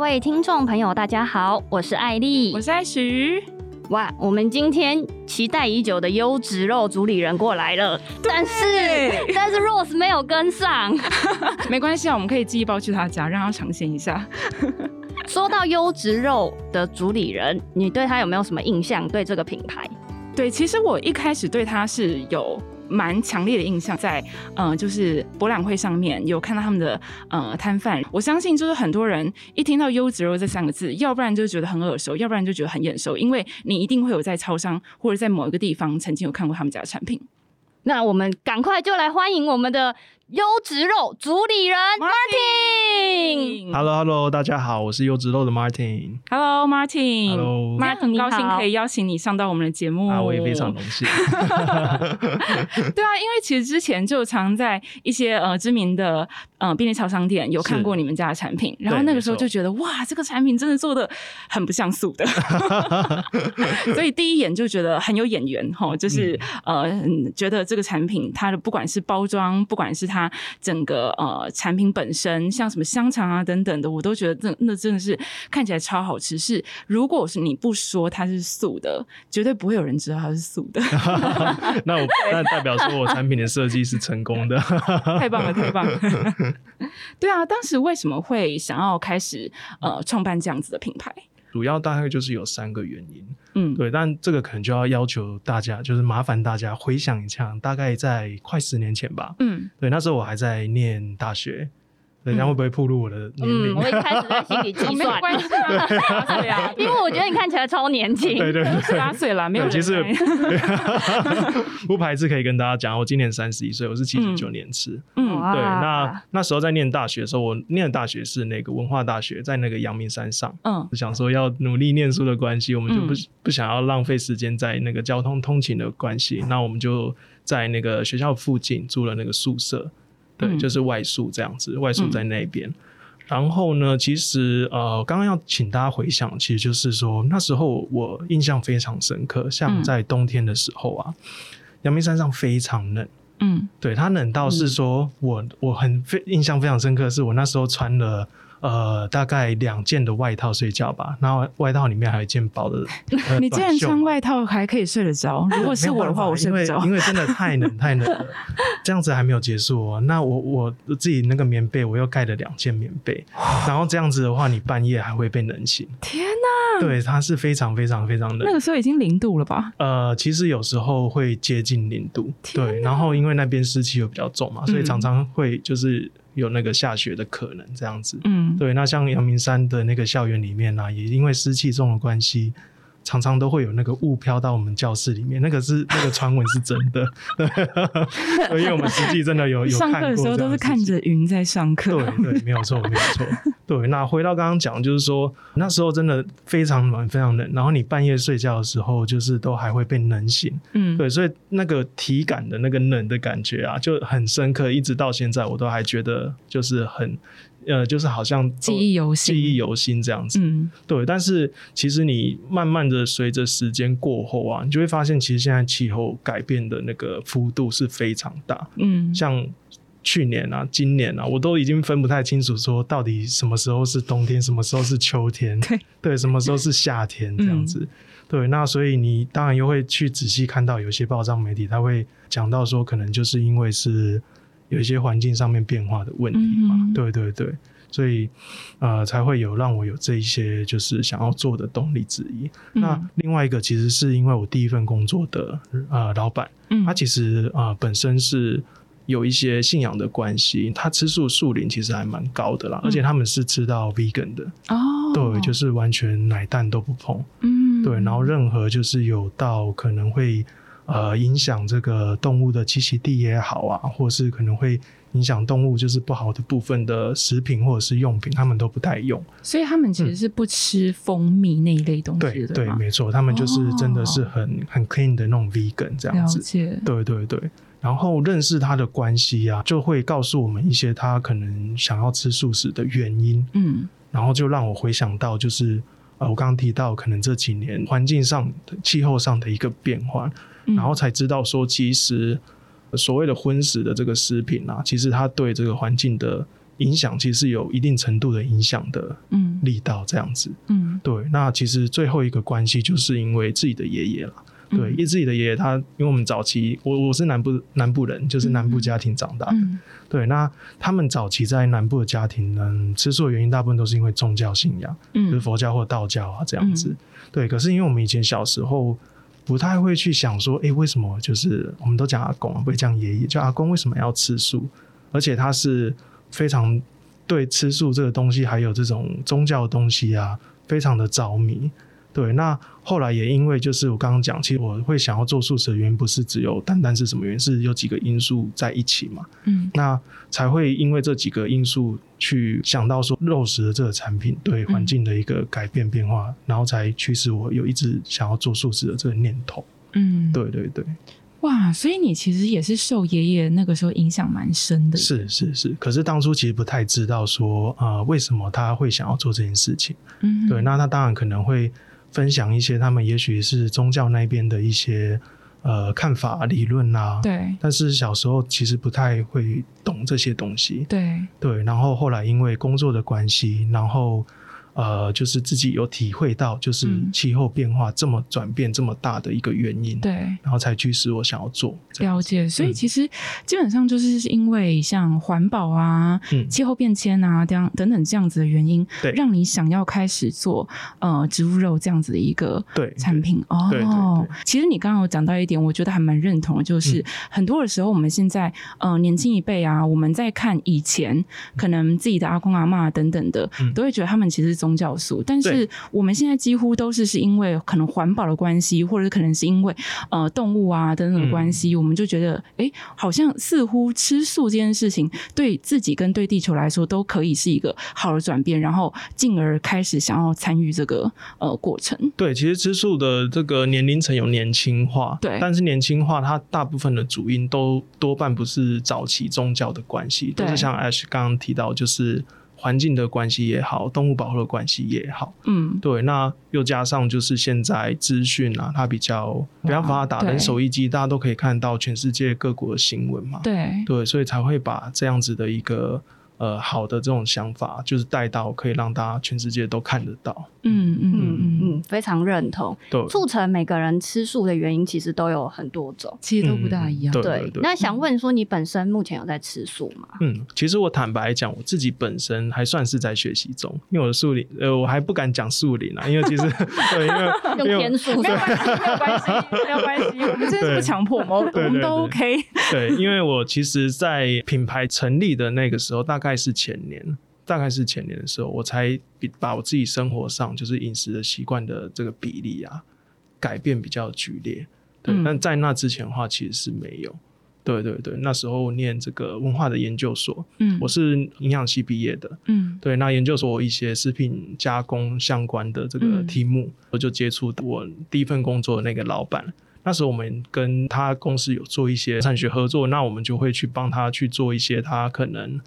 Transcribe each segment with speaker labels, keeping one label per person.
Speaker 1: 位听众朋友，大家好，我是艾丽
Speaker 2: 我。是爱徐，
Speaker 1: 哇，我们今天期待已久的优质肉主理人过来了，但是但是 Rose 没有跟上。
Speaker 2: 没关系啊，我们可以寄包去他家，让他尝鲜一下。
Speaker 1: 说到优质肉的主理人，你对他有没有什么印象？对这个品牌？
Speaker 2: 对，其实我一开始对他是有蛮强烈的印象，在呃，就是博览会上面有看到他们的呃摊贩。我相信就是很多人一听到“优质肉”这三个字，要不然就觉得很耳熟，要不然就觉得很眼熟，因为你一定会有在超商或者在某一个地方曾经有看过他们家的产品。
Speaker 1: 那我们赶快就来欢迎我们的优质肉主理人 Martin。
Speaker 2: 嗯
Speaker 3: Hello Hello，大家好，我是优质肉的 Martin。
Speaker 2: Hello Martin。
Speaker 3: Hello，
Speaker 2: Martin，很高兴可以邀请你上到我们的节目
Speaker 3: 啊，我也非常荣 幸。
Speaker 2: 对啊，因为其实之前就常在一些呃知名的呃便利超商店有看过你们家的产品，然后那个时候
Speaker 3: 没错
Speaker 2: 就觉得哇，这个产品真的做的很不像素 的，所以第一眼就觉得很有眼缘哈，就是、呃嗯觉得这个产品它的不管是包装，不管是它整个呃产品本身，像什么香肠啊等等的，我都觉得这那真的是看起来超好吃。是如果是你不说它是素的，绝对不会有人知道它是素的。
Speaker 3: 那我那代表说我产品的设计是成功的。
Speaker 2: 太棒了，太棒了！对啊，当时为什么会想要开始呃创办这样子的品牌？
Speaker 3: 主要大概就是有三个原因，
Speaker 2: 嗯，
Speaker 3: 对，但这个可能就要要求大家，就是麻烦大家回想一下，大概在快十年前吧。
Speaker 2: 嗯，
Speaker 3: 对，那时候我还在念大学，人家
Speaker 2: 嗯
Speaker 3: 会不会暴露我的年
Speaker 1: 嗯，
Speaker 3: 龄？
Speaker 1: 我一开始在心里计
Speaker 2: 哦 没有
Speaker 1: 算，
Speaker 2: 关系啊，对啊，
Speaker 1: 因为我觉得你看起来超年轻。
Speaker 3: 对对
Speaker 2: 十八
Speaker 3: 对。
Speaker 2: 岁啦，没有人
Speaker 3: 对其实
Speaker 2: 来
Speaker 3: 不排斥可以跟大家讲，我今年三十一岁，我是七十九年次。
Speaker 2: 嗯
Speaker 1: 哇
Speaker 3: 对，那那时候在念大学的时候，我念的大学是那个文化大学，在那个阳明山上。
Speaker 2: 嗯
Speaker 3: 想说要努力念书的关系，我们就不、
Speaker 2: 嗯
Speaker 3: 不想要浪费时间在那个交通通勤的关系，那我们就在那个学校附近租了那个宿舍，对，
Speaker 2: 嗯
Speaker 3: 就是外宿这样子，外宿在那边。然后呢，其实呃，刚刚要请大家回想，其实就是说那时候我印象非常深刻，像
Speaker 2: 嗯
Speaker 3: 在冬天的时候啊，阳、明山上非常冷。
Speaker 2: 嗯
Speaker 3: 对他冷到是说，我我很非印象非常深刻，是我那时候穿了呃大概两件的外套睡觉吧，然后外套里面还有一件薄的，呃、
Speaker 2: 你竟然
Speaker 3: 短袖
Speaker 2: 穿外套还可以睡得着，
Speaker 3: 哎
Speaker 2: 如果是我的话，我睡
Speaker 3: 因
Speaker 2: 不
Speaker 3: 为
Speaker 2: 着
Speaker 3: 因。为真的太冷太 冷了，这样子还没有结束哦。那我我我自己那个棉被我又盖了两件棉 被，然后这样子的话，你半夜还会被冷醒。
Speaker 2: 天哪，
Speaker 3: 对，它是非常非常非常冷
Speaker 2: 那。个时候已经零度了吧？
Speaker 3: 呃，其实有时候会接近零度，
Speaker 2: 天
Speaker 3: 对，然后因为那边湿气又比较重嘛，所以
Speaker 2: 嗯
Speaker 3: 常常会就是有那个下雪的可能这样子。
Speaker 2: 嗯，
Speaker 3: 对，那像阳明山的那个校园里面呢、啊也因为湿气重的关系，常常都会有那个雾飘到我们教室里面，那个是那个传闻是真的， 对， 因为我们实际真的有有
Speaker 2: 上
Speaker 3: 看
Speaker 2: 课
Speaker 3: 过
Speaker 2: 的时候
Speaker 3: 这
Speaker 2: 都
Speaker 3: 样
Speaker 2: 是
Speaker 3: 事情
Speaker 2: 看着云在上课。
Speaker 3: 对对，没有错，没有错。对，那回到刚刚讲，就是说那时候真的非常冷，非常冷。然后你半夜睡觉的时候，就是都还会被冷醒。
Speaker 2: 嗯，
Speaker 3: 对，所以那个体感的那个冷的感觉啊，就很深刻，一直到现在我都还觉得就是很，呃，就是好像都
Speaker 2: 记忆犹新
Speaker 3: 记忆犹新这样子。
Speaker 2: 嗯
Speaker 3: 对，但是其实你慢慢的随着时间过后啊，你就会发现，其实现在气候改变的那个幅度是非常大。
Speaker 2: 嗯，
Speaker 3: 像去年啊、今年啊，我都已经分不太清楚，说到底什么时候是冬天，什么时候是秋天，
Speaker 2: 对嗯
Speaker 3: 什么时候是夏天这样子。对，那所以你当然又会去仔细看到有些报章媒体，他会讲到说，可能就是因为是有一些环境上面变化的问题嘛。
Speaker 2: 嗯哼
Speaker 3: 对对对，所以呃才会有让我有这一些就是想要做的动力之一。
Speaker 2: 嗯
Speaker 3: 那另外一个其实是因为我第一份工作的呃老板，
Speaker 2: 嗯
Speaker 3: 他其实啊、呃本身是有一些信仰的关系，他吃素素龄其实还蛮高的啦，而且他们是吃到 vegan 的，
Speaker 2: 嗯哦，
Speaker 3: 对，就是完全奶蛋都不碰，
Speaker 2: 嗯
Speaker 3: 对，然后任何就是有到可能会呃影响这个动物的栖息地也好啊，或是可能会影响动物就是不好的部分的食品或者是用品，他们都不太用。
Speaker 2: 所以他们其实是不吃蜂蜜那一类东西
Speaker 3: 对
Speaker 2: 的
Speaker 3: 嗯
Speaker 2: 哦
Speaker 3: 对，
Speaker 2: 吗？
Speaker 3: 没错，他们就是真的是很、很 clean 的那种 vegan 这样
Speaker 2: 了
Speaker 3: 子。
Speaker 2: 解，
Speaker 3: 对对对，然后认识他的关系啊，就会告诉我们一些他可能想要吃素食的原因，
Speaker 2: 嗯
Speaker 3: 然后就让我回想到就是。呃，我刚刚提到可能这几年环境上、气候上的一个变化，
Speaker 2: 嗯，
Speaker 3: 然后才知道说，其实呃所谓的荤食的这个食品啊，其实它对这个环境的影响其实是有一定程度的影响的
Speaker 2: 嗯
Speaker 3: 力道这样子。
Speaker 2: 嗯
Speaker 3: 对，那其实最后一个关系就是因为自己的爷爷啦。对，因为自己的爷爷他，因为我们早期，我我是南部南部人，就是南部家庭长大的。
Speaker 2: 嗯
Speaker 3: 对，那他们早期在南部的家庭呢，吃素的原因大部分都是因为宗教信仰，就是
Speaker 2: 嗯
Speaker 3: 佛教或道教啊这样子。对，可是因为我们以前小时候不太会去想说，诶，为什么就是我们都讲阿公啊，不会讲爷爷，就阿公为什么要吃素？而且他是非常对吃素这个东西，还有这种宗教的东西啊，非常的着迷。对，那后来也因为就是我刚刚讲，其实我会想要做素食的原因，不是只有单单是什么原因，是有几个因素在一起嘛。
Speaker 2: 嗯
Speaker 3: 那才会因为这几个因素去想到说肉食的这个产品对环境的一个改变变化，
Speaker 2: 嗯
Speaker 3: 然后才驱使我有一直想要做素食的这个念头。
Speaker 2: 嗯，
Speaker 3: 对对对，
Speaker 2: 哇，所以你其实也是受爷爷那个时候影响蛮深的，
Speaker 3: 是是是。可是当初其实不太知道说呃为什么他会想要做这件事情。
Speaker 2: 嗯，
Speaker 3: 对，那他当然可能会分享一些他们也许是宗教那边的一些呃看法理论啊。。
Speaker 2: 对
Speaker 3: 但是小时候其实不太会懂这些东西。
Speaker 2: 对，
Speaker 3: 对，然后后来因为工作的关系，然后呃，就是自己有体会到，就是
Speaker 2: 嗯
Speaker 3: 气候变化这么转变这么大的一个原因，
Speaker 2: 对。
Speaker 3: 然后才驱使我想要做。这样
Speaker 2: 了解，所以
Speaker 3: 嗯
Speaker 2: 其实基本上就是因为像环保啊、
Speaker 3: 嗯
Speaker 2: 气候变迁啊这样等等这样子的原因，
Speaker 3: 对
Speaker 2: 让你想要开始做呃植物肉这样子的一个
Speaker 3: 对
Speaker 2: 产品哦。
Speaker 3: 对对对嗯
Speaker 2: 其实你刚刚有讲到一点，我觉得还蛮认同的，就是、很多的时候我们现在呃年轻一辈啊，我们在看以前可能自己的阿公阿嬷等等的，
Speaker 3: 嗯
Speaker 2: 都会觉得他们其实是宗教素，但是
Speaker 3: 对
Speaker 2: 我们现在几乎都是是因为可能环保的关系，或者是可能是因为呃动物啊等等的关
Speaker 3: 嗯
Speaker 2: 系，我们就觉得哎，好像似乎吃素这件事情对自己跟对地球来说都可以是一个好的转变，然后进而开始想要参与这个呃过程。
Speaker 3: 对，其实吃素的这个年龄层有年轻化，
Speaker 2: 对
Speaker 3: 但是年轻化它大部分的主因都多半不是早期宗教的关系，都
Speaker 2: 对
Speaker 3: 是像 Ash 刚刚提到，就是环境的关系也好，动物保护的关系也好。
Speaker 2: 嗯，
Speaker 3: 对，那又加上就是现在资讯啊，它比较比较发达，
Speaker 2: 对
Speaker 3: 人手一机，大家都可以看到全世界各国的新闻嘛。
Speaker 2: 对，
Speaker 3: 对，所以才会把这样子的一个呃好的这种想法，就是带到可以让大家全世界都看得到。
Speaker 2: 嗯嗯嗯嗯。嗯
Speaker 1: 嗯，非常认同。
Speaker 3: 对，
Speaker 1: 促成每个人吃素的原因其实都有很多种。
Speaker 2: 其实都不大一样，
Speaker 3: 嗯对
Speaker 1: 对，那想问说你本身目前有在吃素 吗？
Speaker 3: 嗯，其实我坦白讲，我自己本身还算是在学习中，因为我的树林，呃，我还不敢讲树林啊，因为其实 对，因为
Speaker 1: 用
Speaker 3: 因为
Speaker 1: 天素
Speaker 2: 没有
Speaker 1: 的，
Speaker 2: 关系，没有关系，没有关系，我们真的是不强迫，我们我
Speaker 3: 对对
Speaker 2: 们
Speaker 3: 对
Speaker 2: 都 OK。
Speaker 3: 对，因为我其实，在品牌成立的那个时候，大概是前年，大概是前年的时候，我才比把我自己生活上就是饮食的习惯的这个比例啊，改变比较剧烈。对，
Speaker 2: 嗯
Speaker 3: 但在那之前的话，其实是没有。对对对，那时候念这个文化的研究所，
Speaker 2: 嗯
Speaker 3: 我是营养系毕业的，
Speaker 2: 嗯
Speaker 3: 对，那研究所有一些食品加工相关的这个
Speaker 2: 嗯
Speaker 3: 题目，我就接触我第一份工作的那个老板。那时候我们跟他公司有做一些产学合作，那我们就会去帮他去做一些他可能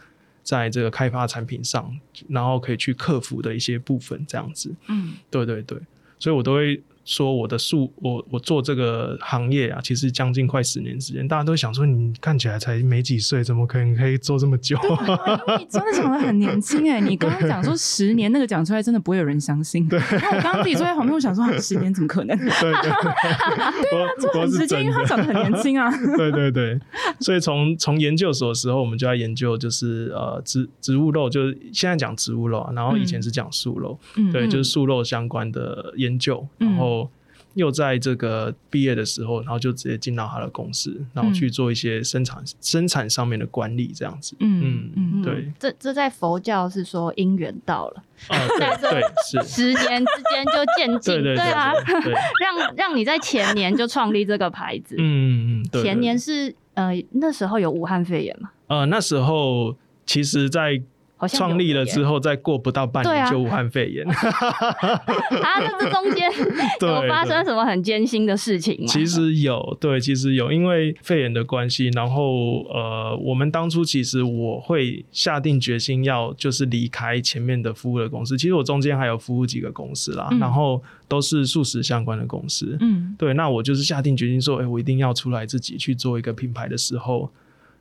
Speaker 3: 在这个开发产品上，然后可以去克服的一些部分，这样子。
Speaker 2: 嗯
Speaker 3: 对对对，所以我都会说我的素，我我做这个行业啊，其实将近快十年时间，大家都想说你看起来才没几岁，怎么可能可以做这么久？
Speaker 2: 你真的长得很年轻哎！你刚刚讲说十年那个讲出来，真的不会有人相信。对，因为我刚刚自己坐在旁边，我想说啊十年怎么可 能？
Speaker 3: 对对，我
Speaker 2: 就
Speaker 3: 我
Speaker 2: 很
Speaker 3: 是
Speaker 2: 直接，
Speaker 3: 真
Speaker 2: 因为他
Speaker 3: 的。
Speaker 2: 长得很年轻 啊。
Speaker 3: 对对对，所以从从研究所的时候，我们就在研究，就是呃植植物肉，就是现在讲植物肉啊，然后以前是讲素肉，
Speaker 2: 嗯，
Speaker 3: 对，就是
Speaker 2: 嗯
Speaker 3: 素肉相关的研究，
Speaker 2: 嗯
Speaker 3: 然后又在这个毕业的时候，然后就直接进到他的公司，然后去做一些生产、生产上面的管理这样子。
Speaker 2: 嗯嗯
Speaker 3: 嗯对
Speaker 1: 嗯这这在佛教是说因缘到了，
Speaker 3: 啊、对对 是，
Speaker 1: 时间之间就渐进，
Speaker 3: 对对
Speaker 1: 啊，
Speaker 3: 对对，
Speaker 1: 让让你在前年就创立这个牌子，
Speaker 3: 嗯嗯嗯，对对
Speaker 1: 前年
Speaker 3: 对
Speaker 1: 是呃那时候有武汉肺炎嘛，
Speaker 3: 呃那时候其实，在
Speaker 1: 好像有
Speaker 3: 创立
Speaker 1: 耶
Speaker 3: 了之后，再过不到半
Speaker 1: 对
Speaker 3: 年
Speaker 1: 啊
Speaker 3: 就武汉肺 炎。
Speaker 1: 啊，那这中间
Speaker 3: 对
Speaker 1: 有发生
Speaker 3: 对
Speaker 1: 什么很艰辛的事情吗？
Speaker 3: 其实有，对，其实有，因为肺炎的关系，然后呃，我们当初其实我会下定决心要就是离开前面的服务的公司，其实我中间还有服务几个公司啦，
Speaker 2: 嗯
Speaker 3: 然后都是素食相关的公司。
Speaker 2: 嗯
Speaker 3: 对，那我就是下定决心说，哎、我一定要出来自己去做一个品牌的时候，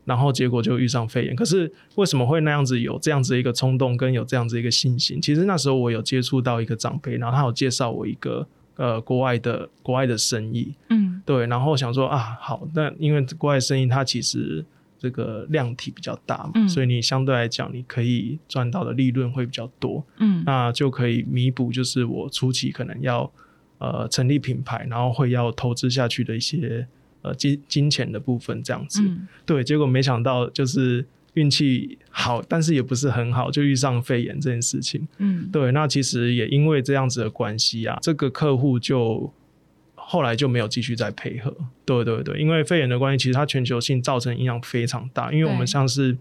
Speaker 3: 然后结果就遇上肺炎。可是为什么会那样子有这样子一个冲动，跟有这样子一个信心？其实那时候我有接触到一个长辈，然后他有介绍我一个呃国外的国外的生意，
Speaker 2: 嗯
Speaker 3: 对，然后想说啊，好，那因为国外生意它其实这个量体比较大嘛，
Speaker 2: 嗯
Speaker 3: 所以你相对来讲你可以赚到的利润会比较多。
Speaker 2: 嗯
Speaker 3: 那就可以弥补，就是我初期可能要呃成立品牌，然后会要投资下去的一些呃金金钱的部分这样子。
Speaker 2: 嗯
Speaker 3: 对，结果没想到就是运气好，但是也不是很好，就遇上肺炎这件事情。
Speaker 2: 嗯，
Speaker 3: 对，那其实也因为这样子的关系啊，这个客户就后来就没有继续再配合。对对对，因为肺炎的关系，其实它全球性造成影响非常大，因为我们
Speaker 2: 对
Speaker 3: 像是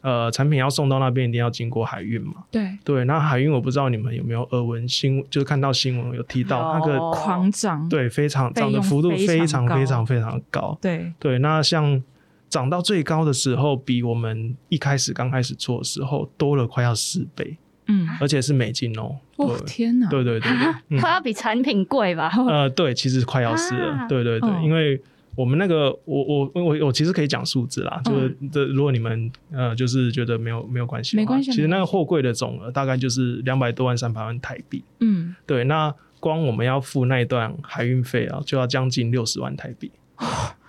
Speaker 3: 呃产品要送到那边，一定要经过海运嘛。
Speaker 2: 对，
Speaker 3: 对，那海运我不知道你们有没有耳闻新，就是看到新闻有提到那个
Speaker 1: 有
Speaker 2: 狂涨，
Speaker 3: 哦对非常
Speaker 2: 费
Speaker 3: 涨的
Speaker 2: 用
Speaker 3: 幅度
Speaker 2: 非
Speaker 3: 非
Speaker 2: 常
Speaker 3: 常非
Speaker 2: 高
Speaker 3: 常非常高。
Speaker 2: 对，
Speaker 3: 对，那像涨到最高的时候，比我们一开始刚开始做的时候多了快要四倍，
Speaker 2: 嗯，
Speaker 3: 而且是美金哦。
Speaker 2: 哇天哪，
Speaker 3: 啊对对对对对
Speaker 1: 啊，
Speaker 3: 嗯
Speaker 1: 快要比产品贵吧？
Speaker 3: 呃，对，其实快要是了，
Speaker 1: 啊
Speaker 3: 对对对，
Speaker 2: 哦
Speaker 3: 因为我们那个，我我我我其实可以讲数字啦，
Speaker 2: 嗯
Speaker 3: 就是这、如果你们呃就是觉得没有没有关系的话，
Speaker 2: 没关系
Speaker 3: 其
Speaker 2: 没
Speaker 3: 实那个
Speaker 2: 关系
Speaker 3: 货柜的总额大概就是两百多万三百万台币，
Speaker 2: 嗯，
Speaker 3: 对，那光我们要付那一段海运费啊，就要将近六十万台币，
Speaker 1: 哦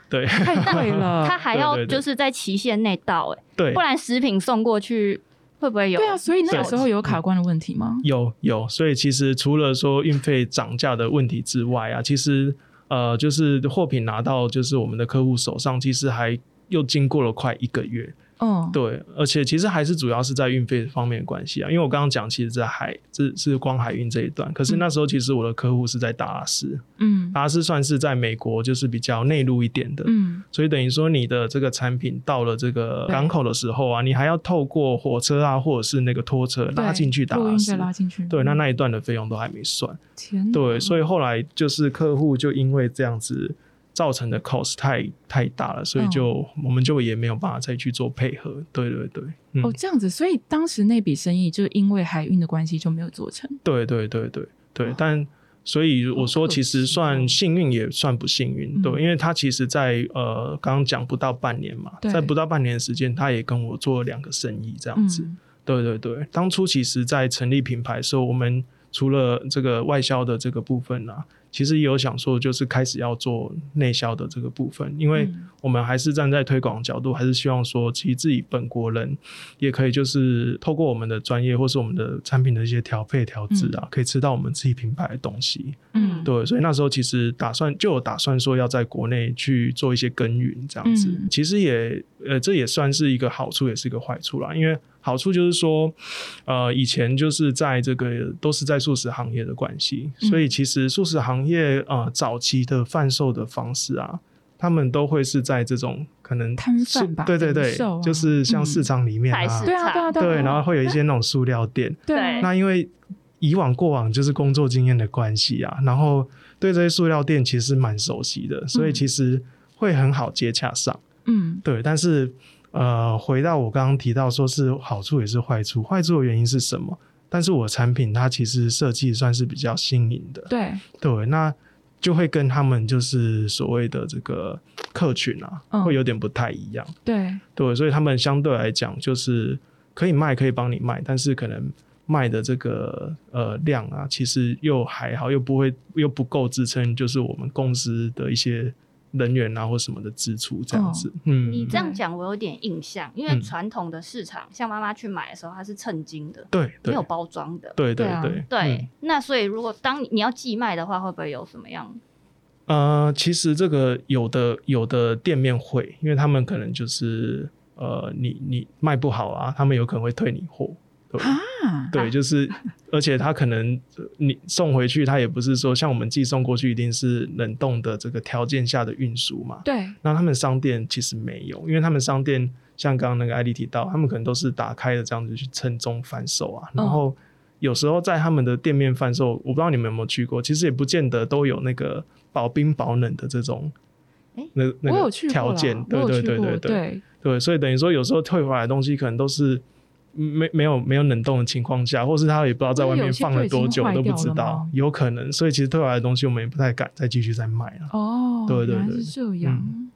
Speaker 3: 对
Speaker 2: 太贵了，
Speaker 1: 它还要
Speaker 3: 嗯对对对
Speaker 1: 就是在期限内到、欸，
Speaker 3: 对
Speaker 1: 不。然食品送过去会不会有？
Speaker 2: 对啊，所以那
Speaker 3: 对
Speaker 2: 个时候有卡关的问题吗？
Speaker 3: 有有，所以其实除了说运费涨价的问题之外啊，其实呃，就是货品拿到就是我们的客户手上，其实还又经过了快一个月，
Speaker 2: 嗯，
Speaker 3: 对，而且其实还是主要是在运费方面的关系啊，因为我刚刚讲，其实在海是是光海运这一段，可是
Speaker 1: 嗯
Speaker 3: 那时候其实我的客户是在达拉斯，
Speaker 2: 嗯
Speaker 3: 达拉斯算是在美国就是比较内陆一点的，
Speaker 2: 嗯，
Speaker 3: 所以等于说你的这个产品到了这个
Speaker 2: 对
Speaker 3: 港口的时候啊，你还要透过火车啊或者是那个拖车拉
Speaker 2: 对
Speaker 3: 进去达
Speaker 2: 录
Speaker 3: 拉
Speaker 2: 音
Speaker 3: 斯
Speaker 2: 再，拉进去，嗯
Speaker 3: 对，那那一段的费用都还没算，
Speaker 2: 天，
Speaker 3: 对，，所以后来就是客户就因为这样子造成的 cost 太太大了，
Speaker 2: 嗯
Speaker 3: 所以就、我们就也没有办法再去做配合，对对对，嗯，
Speaker 2: 哦，这样子，所以当时那笔生意就因为海运的关系就没有做成。
Speaker 3: 对对对对对
Speaker 2: 哦，
Speaker 3: 但所以我说，
Speaker 2: 可
Speaker 3: 其实
Speaker 2: 惜
Speaker 3: 算
Speaker 2: 哦
Speaker 3: 幸运也算不幸运，对，
Speaker 2: 嗯
Speaker 3: 因为他其实在呃刚刚讲不到半年嘛，
Speaker 2: 对
Speaker 3: 在不到半年的时间，他也跟我做了两个生意这样子，
Speaker 2: 嗯，
Speaker 3: 对对对，当初其实，在成立品牌的时候，我们除了这个外销的这个部分啊，其实也有想说，就是开始要做内销的这个部分，因为
Speaker 2: 嗯
Speaker 3: 我们还是站在推广的角度，还是希望说，其实自己本国人也可以，就是透过我们的专业或是我们的产品的一些调配调制啊，可以吃到我们自己品牌的东西。
Speaker 2: 嗯，
Speaker 3: 对，所以那时候其实打算就有打算说要在国内去做一些耕耘这样子。
Speaker 2: 嗯
Speaker 3: 其实也呃，这也算是一个好处，也是一个坏处啦。因为好处就是说，呃，以前就是在这个都是在素食行业的关系，
Speaker 2: 嗯
Speaker 3: 所以其实素食行业呃早期的贩售的方式啊。他们都会是在这种可能
Speaker 2: 摊贩
Speaker 3: 是
Speaker 2: 吧
Speaker 3: 对对对
Speaker 2: 零，售啊
Speaker 3: 就是像
Speaker 2: 嗯
Speaker 3: 市场里面啊，
Speaker 1: 菜市
Speaker 2: 对啊，对啊，
Speaker 3: 对，
Speaker 2: 啊
Speaker 3: 然后会有一些那种塑料店，
Speaker 2: 对
Speaker 1: 对
Speaker 2: 啊，
Speaker 3: 那因为以往过往就是工作经验的关系啊，然后对这些塑料店其实蛮熟悉的，所以其实会很好接洽上。
Speaker 2: 嗯
Speaker 3: 对，但是呃，回到我刚刚提到，说是好处也是坏处，坏处的原因是什么？但是我的产品它其实设计算是比较新颖的，
Speaker 2: 对，
Speaker 3: 对，那就会跟他们就是所谓的这个客群啊，
Speaker 2: 嗯
Speaker 3: 会有点不太一样。
Speaker 2: 对，
Speaker 3: 对，所以他们相对来讲就是可以卖，可以帮你卖，但是可能卖的这个呃量啊，其实又还好，又不会又不够支撑，就是我们公司的一些人员啊或什么的支出这样子。嗯，
Speaker 1: 哦你这样讲，我有点印象，因为
Speaker 3: 嗯
Speaker 1: 传统的市场，像妈妈去买的时候，它是称斤的，
Speaker 3: 对
Speaker 1: 没
Speaker 3: 对
Speaker 1: 有包装的。
Speaker 3: 对对
Speaker 2: 对啊
Speaker 3: 对嗯
Speaker 1: 对，那所以如果当你要寄卖的话，会不会有什么样？
Speaker 3: 嗯呃，其实这个有的有的店面会，因为他们可能就是呃，你你卖不好啊，他们有可能会退你货。对。
Speaker 2: 啊，
Speaker 3: 对，就是，而且它可能呃你送回去，它也不是说像我们寄送过去一定是冷冻的这个条件下的运输嘛。
Speaker 2: 对，
Speaker 3: 那他们商店其实没有，因为他们商店像刚刚那个艾丽提到，他们可能都是打开的这样子去称重贩售啊，
Speaker 2: 哦
Speaker 3: 然后有时候在他们的店面贩售，我不知道你们有没有去过，其实也不见得都有那个保冰保冷的这种
Speaker 1: 诶。
Speaker 3: 那那
Speaker 2: 我有
Speaker 3: 个
Speaker 2: 去过
Speaker 3: 条
Speaker 2: 啦，
Speaker 3: 件，
Speaker 2: 我
Speaker 3: 对
Speaker 2: 有去
Speaker 3: 对对
Speaker 2: 过
Speaker 3: 对对，
Speaker 2: 对，
Speaker 3: 对，所以等于说有时候退回来的东西可能都是没没有没有冷冻的情况下，或是他也不知道在外面放了多久
Speaker 2: 因为
Speaker 3: 都
Speaker 2: 有些就已经
Speaker 3: 不知
Speaker 2: 坏掉了
Speaker 3: 道
Speaker 2: 吗，
Speaker 3: 有可能。所以其实退回来的东西我们也不太敢再继续再卖了。
Speaker 2: 哦，
Speaker 3: 对对嗯
Speaker 2: 原来
Speaker 3: 对
Speaker 2: 是这样。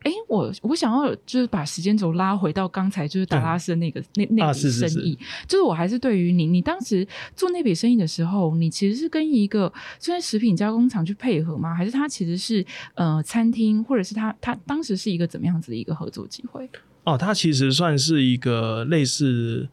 Speaker 2: 哎，我我想要就是把时间轴拉回到刚才就是达拉斯的那个那那
Speaker 3: 啊
Speaker 2: 笔
Speaker 3: 是是
Speaker 2: 生
Speaker 3: 是
Speaker 2: 意，就是我还是对于你，你当时做那笔生意的时候，你其实是跟一个就在食品加工厂去配合吗？还是他其实是呃餐厅，或者是他他当时是一个怎么样子的一个合作机会？
Speaker 3: 哦，它其实算是一个类似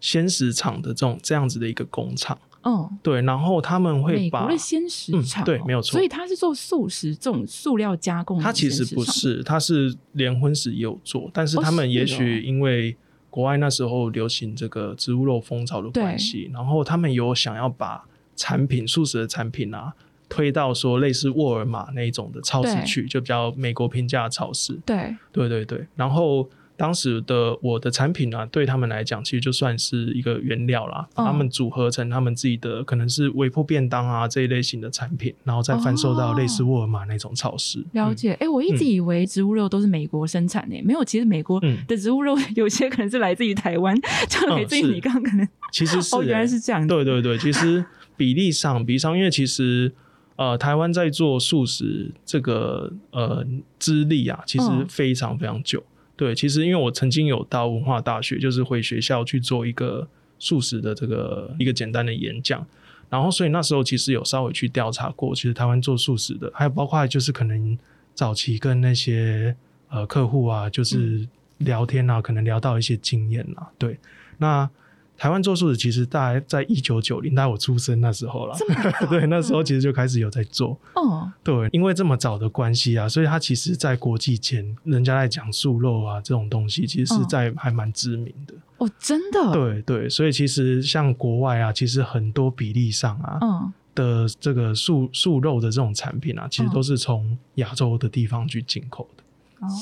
Speaker 3: 鲜食厂的这种这样子的一个工厂，
Speaker 2: 嗯，
Speaker 3: 对，然后他们会
Speaker 2: 美
Speaker 3: 把
Speaker 2: 国的鲜食
Speaker 3: 嗯
Speaker 2: 厂哦、
Speaker 3: 对没有错
Speaker 2: 所以他是做素食这种塑料加工的
Speaker 3: 它其
Speaker 2: 鲜
Speaker 3: 实
Speaker 2: 食
Speaker 3: 不
Speaker 2: 厂
Speaker 3: 是，它是连婚食也有做，但是
Speaker 2: 哦
Speaker 3: 他们
Speaker 2: 是
Speaker 3: 也
Speaker 2: 哦
Speaker 3: 许因为国外那时候流行这个植物肉风潮的关
Speaker 2: 对
Speaker 3: 系，然后他们有想要把产品素食的产品啊推到说类似沃尔玛那一种的超市
Speaker 2: 对
Speaker 3: 去，就比较美国平价的超市。
Speaker 2: 对，
Speaker 3: 对对对，然后。当时的我的产品呢、啊对他们来讲，其实就算是一个原料啦，把它
Speaker 2: 嗯
Speaker 3: 们组合成他们自己的可能是微波便当啊这一类型的产品，然后再贩售到类似
Speaker 2: 哦
Speaker 3: 沃尔玛那种超市。
Speaker 2: 了
Speaker 3: 嗯
Speaker 2: 解，哎、我一直
Speaker 3: 嗯
Speaker 2: 以为植物肉都是美国生产的、没有，其实美国
Speaker 3: 嗯
Speaker 2: 的植物肉 有些可能是来自于台湾，就来自于
Speaker 3: 是
Speaker 2: 你刚刚可能、
Speaker 3: 其实是、
Speaker 2: 哦，原来
Speaker 3: 欸
Speaker 2: 是这样，
Speaker 3: 对对对，其实比例上，比例上，因为其实呃，台湾在做素食这个呃资历啊，其实
Speaker 2: 嗯
Speaker 3: 非常非常久。对，其实因为我曾经有到文化大学，就是回学校去做一个素食的这个一个简单的演讲。然后，所以那时候其实有稍微去调查过，其实台湾做素食的，还有包括就是可能早期跟那些呃客户啊，
Speaker 2: 嗯
Speaker 3: 就是聊天啊，可能聊到一些经验啊，对。那台湾做素食其实大概在一九九零，大概我出生那时候啦，
Speaker 2: 这么
Speaker 3: 对，那时候其实就开始有在做。
Speaker 2: 哦，
Speaker 3: 对，因为这么早的关系啊，所以它其实在国际间，人家在讲素肉啊这种东西，其实是
Speaker 2: 嗯
Speaker 3: 在还蛮知名的。
Speaker 2: 哦，真的，，
Speaker 3: 对对，所以其实像国外啊，其实很多比例上啊、
Speaker 2: 嗯，
Speaker 3: 的这个素素肉的这种产品啊，其实
Speaker 2: 嗯
Speaker 3: 都是从亚洲的地方去进口的。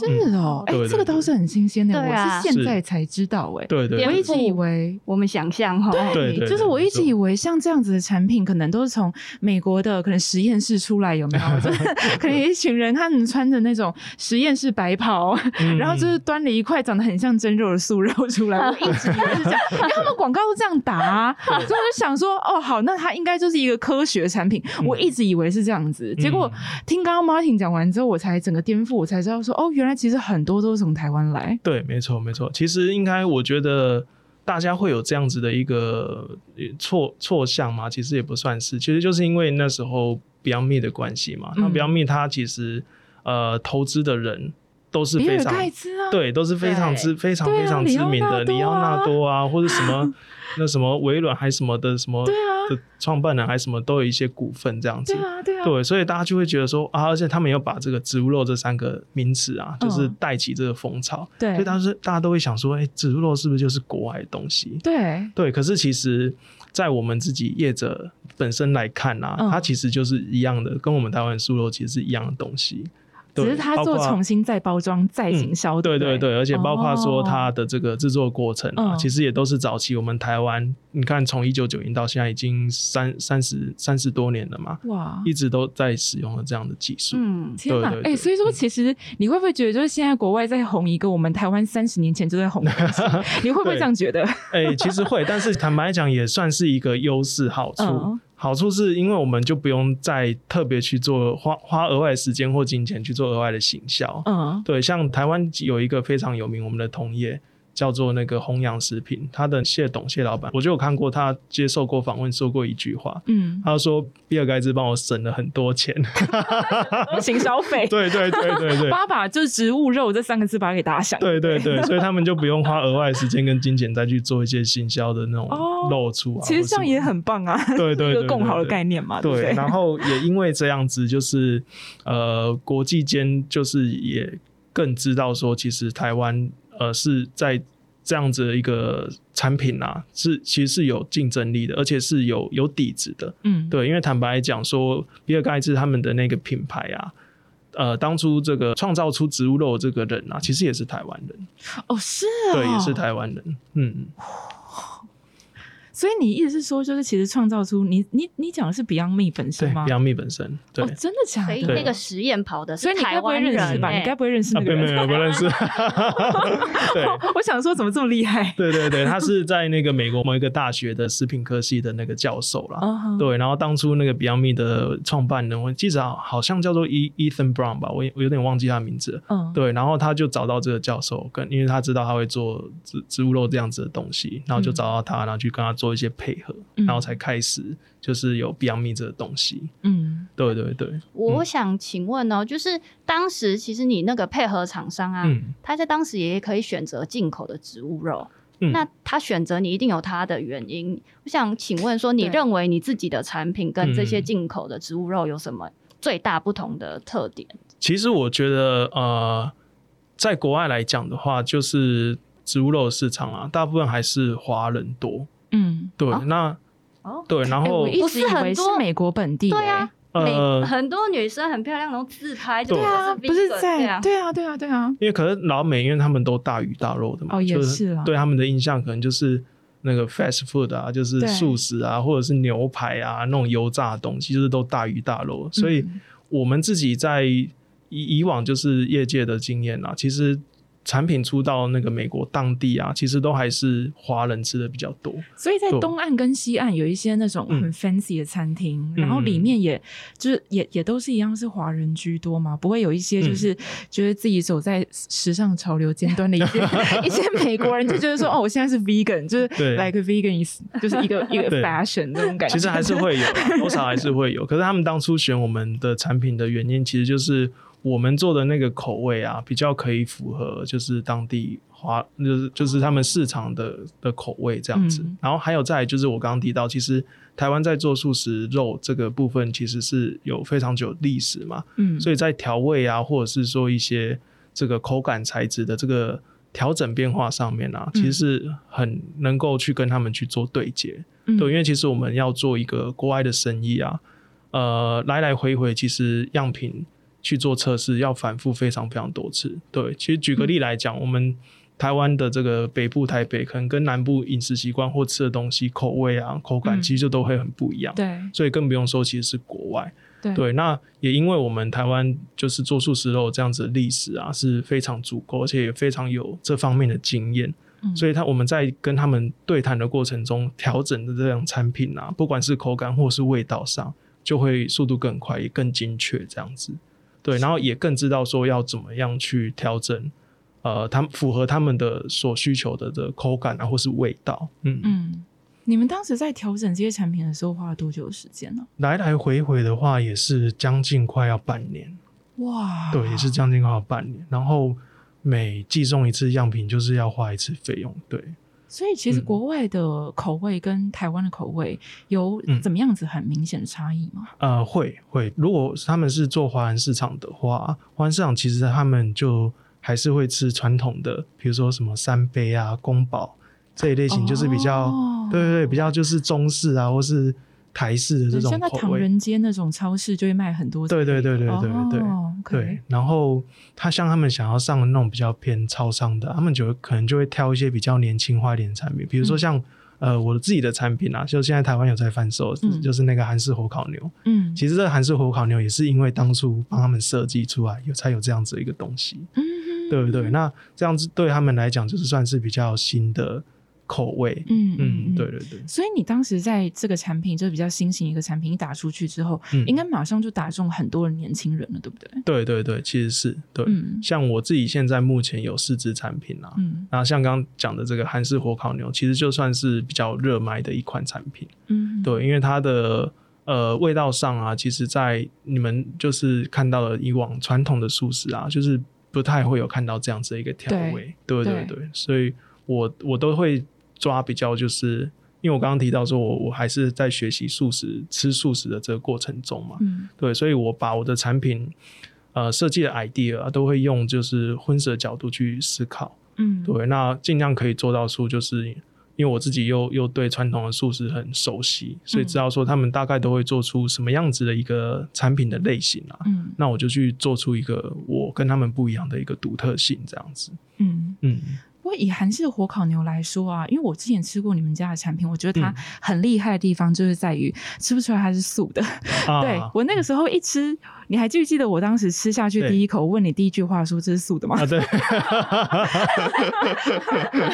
Speaker 2: 是哦，哎、
Speaker 3: 对对
Speaker 2: 这个
Speaker 3: 对
Speaker 2: 倒是很新鲜的、
Speaker 1: 对啊嗯
Speaker 2: 我是
Speaker 3: 是
Speaker 2: 现在才知道、哎，
Speaker 3: 对对
Speaker 1: 颠
Speaker 2: 我
Speaker 1: 覆
Speaker 2: 一
Speaker 3: 对
Speaker 2: 直以为。
Speaker 1: 我们想象哈，
Speaker 3: 对对
Speaker 2: 就是我一直
Speaker 3: 没错
Speaker 2: 以为像这样子的产品，可能都是从美国的可能实验室出来，有没 有？就是可能有一群人，他们穿着那种实验室白袍，
Speaker 3: 嗯
Speaker 2: 然后就是端了一块长得很像蒸肉的素肉出来，我一直以为是这 样，因为他们广告都这样打、啊，所以我就想说，哦，好，那它应该就是一个科学产品，
Speaker 3: 嗯
Speaker 2: 我一直以为是这样子，结果听刚刚 Martin 讲完之后，我才整个颠覆，我才知道说，哦，原来其实很多都是从台湾来，
Speaker 3: 对，没错，没错。其实应该，我觉得大家会有这样子的一个呃错错项嘛，其实也不算是，其实就是因为那时候 Beyond Me 的关系嘛。那
Speaker 2: 嗯
Speaker 3: Beyond Me 它其实呃投资的人都是
Speaker 2: 比
Speaker 3: 非
Speaker 2: 尔
Speaker 3: 常
Speaker 2: 盖茨啊，
Speaker 3: 对，都是非常
Speaker 1: 对
Speaker 3: 知非常
Speaker 2: 对啊
Speaker 3: 非常
Speaker 2: 里
Speaker 3: 知
Speaker 2: 奥
Speaker 3: 名
Speaker 2: 纳
Speaker 3: 的
Speaker 2: 多
Speaker 3: 里奥纳
Speaker 2: 啊
Speaker 3: 多啊，或者什 么那什么微软还什么的什么
Speaker 2: 对啊
Speaker 3: 的创办人还什么都有一些股份这样子
Speaker 2: 对。啊，对啊，
Speaker 3: 对，所以大家就会觉得说啊，而且他们又把这个植物肉这三个名词啊，就是
Speaker 2: 嗯
Speaker 3: 带起这个风潮，所以
Speaker 2: 对
Speaker 3: 当时大家都会想说，哎、植物肉是不是就是国外的东西？
Speaker 2: 对，
Speaker 3: 对，可是其实，在我们自己业者本身来看啊，
Speaker 2: 嗯
Speaker 3: 它其实就是一样的，跟我们台湾的素肉其实是一样的东西。
Speaker 2: 只
Speaker 3: 对
Speaker 2: 是它
Speaker 3: 包
Speaker 2: 做
Speaker 3: 括嗯
Speaker 2: 重新再包装、再行销，
Speaker 3: 对对
Speaker 2: 对
Speaker 3: 对，而且包括说它
Speaker 2: 哦
Speaker 3: 的这个制作过程啊，
Speaker 2: 嗯
Speaker 3: 其实也都是早期我们台湾，你看从一九九零到现在已经三三十三十多年了嘛，
Speaker 2: 哇
Speaker 3: 一。直都在使用了这样的技术。
Speaker 1: 嗯，
Speaker 2: 天呐，
Speaker 3: 对对
Speaker 2: 哎、
Speaker 3: 对
Speaker 2: 所以说
Speaker 3: 嗯
Speaker 2: 其实你会不会觉得，就是现在国外在红一个我们台湾三十年前就在红的东西， 你会不会这
Speaker 3: 对
Speaker 2: 样觉得？
Speaker 3: 哎、其实会，但是坦白讲，也算是一个优势好处。
Speaker 2: 嗯
Speaker 3: 好处是因为我们就不用再特别去做花花额外的时间或金钱去做额外的行销。
Speaker 2: 嗯，
Speaker 3: 对，像台湾有一个非常有名我们的同业叫做那个弘扬食品，他的谢董谢老板，我就有看过他接受过访问说过一句话，
Speaker 2: 嗯，
Speaker 3: 他说比尔盖茨帮我省了很多钱。
Speaker 2: 行消费，
Speaker 3: 对对对对对。
Speaker 2: 爸爸就是植物肉这三个字把它给打响。
Speaker 3: 对对对，所以他们就不用花额外的时间跟金钱再去做一些行销的那种
Speaker 2: 哦
Speaker 3: 露出啊。
Speaker 2: 其
Speaker 3: 或
Speaker 2: 实
Speaker 3: 是
Speaker 2: 这样也很棒啊，
Speaker 3: 对对对
Speaker 2: 一
Speaker 3: 对
Speaker 2: 个共好的
Speaker 3: 对
Speaker 2: 概念啊嘛，对不
Speaker 3: 对，
Speaker 2: 对？
Speaker 3: 然后也因为这样子，就是呃，国际间就是也更知道说，其实台湾呃是在这样子的一个产品啊，是其实是有竞争力的，而且是有有底子的。
Speaker 2: 嗯，
Speaker 3: 对，因为坦白讲说，比尔盖茨他们的那个品牌啊。呃，当初这个创造出植物肉的这个人啊，其实也是台湾人，
Speaker 2: 哦，是啊，
Speaker 3: 对，也是。台湾人，嗯，
Speaker 2: 所以你意思是说，就是其实创造出你你你讲的是 Beyond Me 本身
Speaker 3: 对
Speaker 2: 吗？
Speaker 3: ，Beyond Me 本身，对
Speaker 2: 哦，，真的假
Speaker 1: 所
Speaker 2: 的？
Speaker 1: 以那个实验跑的
Speaker 2: 所
Speaker 1: 是
Speaker 2: 以你该
Speaker 1: 台
Speaker 2: 不会
Speaker 1: 湾人
Speaker 2: 认识吧？
Speaker 1: 欸
Speaker 2: 你该不会认识
Speaker 3: 啊，
Speaker 2: 那
Speaker 3: 没
Speaker 2: 个
Speaker 3: 有没
Speaker 2: 人？
Speaker 3: 有，不认识。 对
Speaker 2: 我想说，怎么这么厉害？
Speaker 3: 对对对，他是在那个美国某一个大学的食品科系的那个教授
Speaker 1: 哦
Speaker 3: 啦。
Speaker 2: 啊，
Speaker 3: 对，然后当初那个 Beyond Me 的创办人，我记得好好像叫做 E Ethan Brown 吧，我也我有点忘记他名字了。
Speaker 2: 嗯，
Speaker 3: 对，然后他就找到这个教授，跟因为他知道他会做植植物肉这样子的东西，然后
Speaker 1: 嗯
Speaker 3: 就找到他，然后去跟他做一些配合，
Speaker 2: 嗯
Speaker 3: 然后才开始就是有 Beyond Me 这个东西。
Speaker 2: 嗯，
Speaker 3: 对对对，
Speaker 1: 我想请问哦，就是当时其实你那个配合厂商啊，
Speaker 3: 嗯
Speaker 1: 他在当时也可以选择进口的植物肉。
Speaker 3: 嗯
Speaker 1: 那他选择你一定有他的原因。我想请问说，你
Speaker 2: 对
Speaker 1: 认为你自己的产品跟这些
Speaker 3: 嗯
Speaker 1: 进口的植物肉有什么最大不同的特点？
Speaker 3: 其实我觉得呃，在国外来讲的话，就是植物肉市场啊，大部分还是华人多。
Speaker 2: 嗯，
Speaker 3: 对，
Speaker 1: 哦
Speaker 3: 那
Speaker 1: 哦
Speaker 3: 对，然
Speaker 2: 哎
Speaker 3: 后、
Speaker 2: 我一哎
Speaker 1: 不
Speaker 2: 直
Speaker 1: 是
Speaker 2: 以
Speaker 1: 很
Speaker 2: 为是
Speaker 1: 多
Speaker 2: 美国本地，
Speaker 1: 对啊，
Speaker 3: 呃
Speaker 1: 美很多女生很漂亮，然后自拍，就
Speaker 3: 对
Speaker 2: 哎，啊，
Speaker 1: 是
Speaker 2: 不是
Speaker 1: vegan 这
Speaker 2: 在，
Speaker 1: 样
Speaker 2: 对啊，对啊，对啊，
Speaker 3: 因为可是老美，因为他们都大鱼大肉的嘛，
Speaker 2: 哦也
Speaker 3: 就是
Speaker 2: 啦
Speaker 3: 对他们的印象可能就是那个 fast food 啊，就是
Speaker 2: 对
Speaker 3: 素食啊，或者是牛排啊那种油炸的东西，就是都大鱼大肉。所以
Speaker 2: 嗯
Speaker 3: 我们自己在以以往就是业界的经验啊，其实产品出到那个美国当地啊，其实都还是华人吃的比较多。
Speaker 2: 所以在
Speaker 3: 对
Speaker 2: 东岸跟西岸有一些那种
Speaker 3: 嗯
Speaker 2: 很 fancy 的餐厅，
Speaker 3: 嗯
Speaker 2: 然后里面也就是也也都是一样是华人居多嘛，不会有一些
Speaker 3: 嗯
Speaker 2: 就是觉得自己走在时尚潮流尖端的一 些一些美国人就觉得说哦，我现在是 vegan，就是
Speaker 3: 对
Speaker 2: like a vegan is 就是一个一个
Speaker 3: 对
Speaker 2: fashion 那种感觉，
Speaker 3: 其实还是会有啦， 多少还是会有。可是他们当初选我们的产品的原因，其实就是我们做的那个口味啊，比较可以符合就是当地华，就是就是他们市场的的口味这样子。
Speaker 2: 嗯
Speaker 3: 然后还有再来就是我刚刚提到，其实台湾在做素食肉这个部分，其实是有非常久的历史嘛，
Speaker 2: 嗯，
Speaker 3: 所以在调味啊，或者是说一些这个口感材质的这个。调整变化上面啊，
Speaker 2: 嗯
Speaker 3: 其实是很能够去跟他们去做对接，
Speaker 2: 以
Speaker 3: 对，因为其实我们要做一个国外的生意啊，呃，来来回回其实样品去做测试要反复非常非常多次。对，其实举个例来讲，我们台湾的这个北部台北，可能跟南部饮食习惯或吃的东西、口味啊、口感，
Speaker 2: 嗯
Speaker 3: 其实就都会很不一样。
Speaker 2: 对
Speaker 3: 所以更不用说，其实是国外。
Speaker 2: 嗯对
Speaker 3: 对，那也因为我们台湾就是做素食肉这样子的历史啊，是非常足够，而且也非常有这方面的经验，
Speaker 2: 嗯
Speaker 3: 所以他我们在跟他们对谈的过程中，调整的这样产品啊，不管是口感或是味道上，就会速度更快，也更精确这样子。对，然后也更知道说要怎么样去调整，呃，他们符合他们的所需求的的口感啊，或是味道。嗯，
Speaker 2: 嗯，你们当时在调整这些产品的时候花了多久的时间呢？
Speaker 3: 来来回回的话，也是将近快要半年。
Speaker 2: 哇，
Speaker 3: 对，也是将近快要半年。然后每寄送一次样品，就是要花一次费用。对，
Speaker 2: 所以其实
Speaker 3: 嗯
Speaker 2: 国外的口味跟台湾的口味有
Speaker 3: 嗯
Speaker 2: 怎么样子很明显的差异吗？
Speaker 3: 呃，会会。如果他们是做华人市场的话，华人市场其实他们就还是会吃传统的，比如说什么三杯啊、宫保这一类型，就是比较、
Speaker 2: 哦
Speaker 3: 对对对，比较就是中式啊，或是台式的这
Speaker 2: 对
Speaker 3: 种
Speaker 2: 像在
Speaker 3: 口
Speaker 2: 唐
Speaker 3: 味。
Speaker 2: 人街那种超市就会卖很多这
Speaker 3: 对
Speaker 2: 类的。
Speaker 3: 对对对对对。
Speaker 2: 哦，OK
Speaker 3: 对，然后他像他们想要上那种比较偏超商的，他们就会可能就会挑一些比较年轻化一点的产品，比如说
Speaker 2: 嗯
Speaker 3: 像、呃我自己的产品啊，就现在台湾有在贩售，
Speaker 2: 嗯
Speaker 3: 就是那个韩式火烤牛。
Speaker 2: 嗯
Speaker 3: 其实这个韩式火烤牛也是因为当初帮他们设计出来，有才有这样子的一个东西，
Speaker 2: 嗯
Speaker 3: 对不对？那这样子对他们来讲，就是算是比较新的口味。
Speaker 2: 嗯
Speaker 3: 嗯，对。对对。
Speaker 2: 所以你当时在这个产品，就是比较新型一个产品，一打出去之后，
Speaker 3: 嗯
Speaker 2: 应该马上就打中很多的年轻人了，对不对？
Speaker 3: 对对对，其实是对。
Speaker 2: 嗯
Speaker 3: 像我自己现在目前有四支产品啊，
Speaker 2: 嗯
Speaker 3: 然后像刚刚讲的这个韩式火烤牛，其实就算是比较热卖的一款产品，
Speaker 2: 嗯，
Speaker 3: 对，因为它的呃味道上啊，其实，在你们就是看到了以往传统的素食啊，就是不太会有看到这样子的一个调味，对对
Speaker 2: 对
Speaker 3: 对，所以我我都会抓比较就是。因为我刚刚提到说我，我还是在学习素食、吃素食的这个过程中嘛，
Speaker 2: 嗯
Speaker 3: 对，所以我把我的产品呃设计的 idea 啊、都会用就是荤食的角度去思考，
Speaker 2: 嗯，
Speaker 3: 对，那尽量可以做到素，就是因为我自己又又对传统的素食很熟悉，所以
Speaker 2: 嗯
Speaker 3: 知道说他们大概都会做出什么样子的一个产品的类型啊。
Speaker 2: 嗯
Speaker 3: 那我就去做出一个我跟他们不一样的一个独特性，这样子。
Speaker 2: 嗯。
Speaker 3: 嗯，
Speaker 2: 不过以韩式火烤牛来说啊，因为我之前吃过你们家的产品，我觉
Speaker 3: 嗯
Speaker 2: 得它很厉害的地方就是在于吃不出来它是素的。
Speaker 3: 啊
Speaker 2: 对我那个时候一吃，你还记不记得我当时吃下去
Speaker 3: 对
Speaker 2: 第一口，我问你第一句话说这是素的吗？
Speaker 3: 啊，对，
Speaker 2: 就是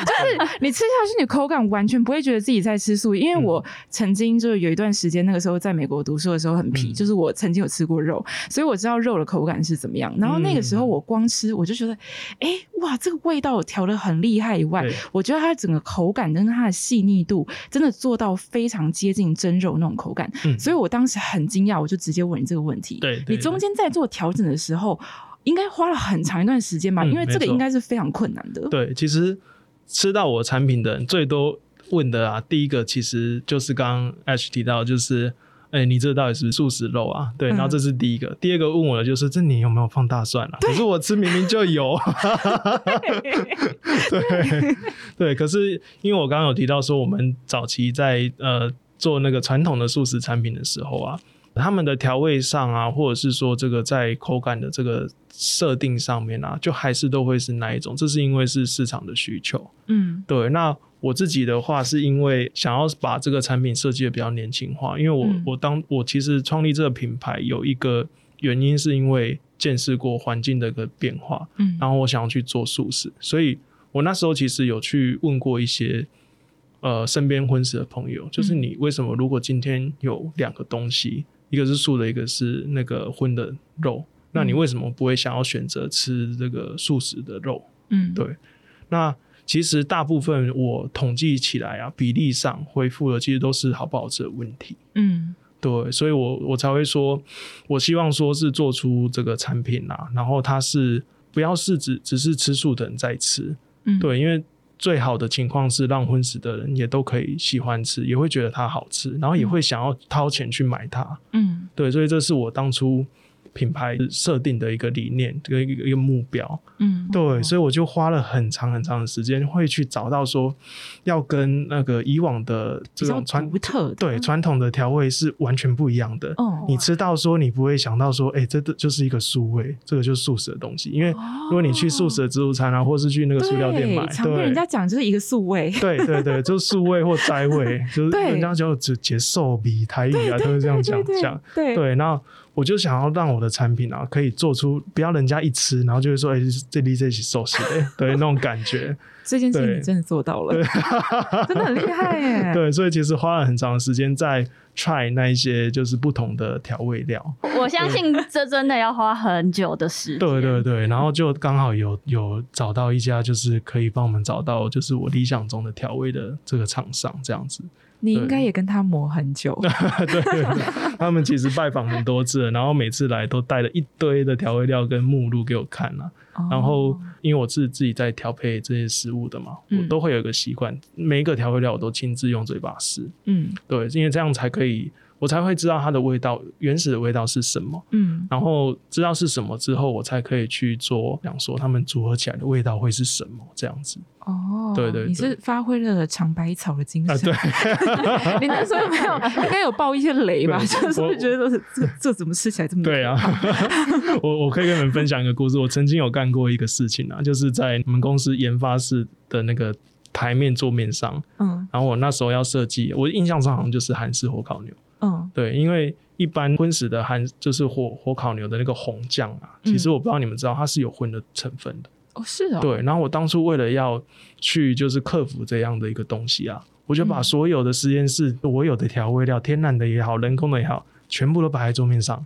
Speaker 2: 你吃下去，你口感完全不会觉得自己在吃素，因为
Speaker 3: 嗯
Speaker 2: 我曾经就是有一段时间，那个时候在美国读书的时候很皮，
Speaker 3: 嗯
Speaker 2: 就是我曾经有吃过肉，所以我知道肉的口感是怎么样。然后那个时候
Speaker 3: 嗯
Speaker 2: 我光吃，我就觉得，哎、哇，这个味道我调的很厉害以 外
Speaker 3: 对，
Speaker 2: 我觉得它整个口感跟它的细腻度真的做到非常接近真肉那种口感，
Speaker 3: 嗯
Speaker 2: 所以我当时很惊讶，我就直接问你这个问题。
Speaker 3: 对，对
Speaker 2: 你中间在做调整的时候。应该花了很长一段时间吧，
Speaker 3: 嗯
Speaker 2: 因为这个
Speaker 3: 没错
Speaker 2: 应该是非常困难的。
Speaker 3: 对，其实吃到我产品的人最多问的啊，第一个其实就是刚刚 Ash 提到，就是哎、你这到底是不是素食肉啊？对，
Speaker 2: 嗯
Speaker 3: 然后这是第一个，第二个问我的就是这你有没有放大蒜啊？可是我吃明明就有，对对，可是因为我刚刚有提到说，我们早期在呃做那个传统的素食产品的时候啊。他们的调味上啊，或者是说这个在口感的这个设定上面啊，就还是都会是那一种，这是因为是市场的需求。
Speaker 2: 嗯，
Speaker 3: 对，那我自己的话，是因为想要把这个产品设计的比较年轻化，因为我、
Speaker 2: 嗯
Speaker 3: 我当我其实创立这个品牌有一个原因，是因为见识过环境的一个变化，
Speaker 2: 嗯
Speaker 3: 然后我想要去做素食，所以我那时候其实有去问过一些。呃，身边荤食的朋友，就是
Speaker 2: 嗯
Speaker 3: 你为什么如果今天有两个东西，一个是素的，一个是那个荤的肉，那你
Speaker 2: 嗯
Speaker 3: 为什么不会想要选择吃这个素食的肉？
Speaker 2: 嗯，
Speaker 3: 对那其实大部分我统计起来啊，比例上恢复的其实都是好不好吃的问题。
Speaker 2: 嗯
Speaker 3: 对，所以我我才会说，我希望说是做出这个产品啊，然后它是不要是只只是吃素的人在吃，
Speaker 2: 嗯，
Speaker 3: 对，因为最好的情况是让荤食的人也都可以喜欢吃，也会觉得它好吃，然后也会想要掏钱去买它。
Speaker 2: 嗯
Speaker 3: 对，所以这是我当初品牌设定的一个理念，这个一个一个目标。
Speaker 2: 嗯，
Speaker 3: 对，所以我就花了很长很长的时间，会去找到说，要跟那个以往的
Speaker 2: 比
Speaker 3: 这
Speaker 2: 较
Speaker 3: 种传
Speaker 2: 独特的，
Speaker 3: 对传统的调味是完全不一样的。
Speaker 2: 哦，
Speaker 3: 你吃到说你不会想到说，哎、这这就是一个素味，这个就是素食的东西。因为
Speaker 2: 哦
Speaker 3: 如果你去素食的自助餐啊，或是去那个塑料店买，
Speaker 2: 对常被人
Speaker 3: 对
Speaker 2: 家讲就是一个素味，
Speaker 3: 对对对，就是素味或斋味， 就是
Speaker 2: 对
Speaker 3: 人家就只接受比台语啊，他会这样讲
Speaker 2: 对
Speaker 3: 讲。
Speaker 2: 对
Speaker 3: 对，那我就想要让我的产品啊，可以做出不要人家一吃，然后就会说，哎、这里这起寿司嘞，对那种感觉。
Speaker 2: 这件事情
Speaker 3: 对
Speaker 2: 你真的做到了，真的很厉害耶。
Speaker 3: 对，所以其实花了很长的时间在 try 那一些就是不同的调味料。
Speaker 1: 我相信这真的要花很久的时间。
Speaker 3: 对对对，然后就刚好有有找到一家就是可以帮我们找到就是我理想中的调味的这个厂商这样子。
Speaker 2: 你应该也跟他磨很久，
Speaker 3: 对对对，他们其实拜访很多次了，然后每次来都带了一堆的调味料跟目录给我看啊。 然后
Speaker 2: 哦
Speaker 3: 因为我是自己在调配这些食物的嘛，
Speaker 2: 嗯
Speaker 3: 我都会有一个习惯，每一个调味料我都亲自用嘴巴试，
Speaker 2: 嗯
Speaker 3: 对，因为这样才可以，我才会知道它的味道原始的味道是什么，
Speaker 2: 嗯
Speaker 3: 然后知道是什么之后，我才可以去做想说它们组合起来的味道会是什么这样子
Speaker 2: 哦，
Speaker 3: 对对对
Speaker 2: 你是发挥了尝百草的精
Speaker 3: 啊，
Speaker 2: 神
Speaker 3: 对。
Speaker 2: 你那时候有没 有应该有爆一些雷吧？
Speaker 3: 对
Speaker 2: 就是
Speaker 3: 我
Speaker 2: 会觉得这这怎么吃起来这么
Speaker 3: 对啊， 我我可以跟你们分享一个故事。我曾经有干过一个事情啊，就是在我们公司研发室的那个台面桌面上，
Speaker 2: 嗯
Speaker 3: 然后我那时候要设计，我印象中好像就是韩式火烤牛。
Speaker 2: 嗯
Speaker 3: 对，因为一般荤食的含就是火火烤牛的那个红酱啊，
Speaker 2: 嗯
Speaker 3: 其实我不知道你们知道它是有荤的成分的。
Speaker 2: 哦是哦，
Speaker 3: 对，然后我当初为了要去就是克服这样的一个东西啊，我就把
Speaker 2: 嗯
Speaker 3: 所有的实验室、我有的调味料，天然的也好，人工的也好，全部都摆在桌面上。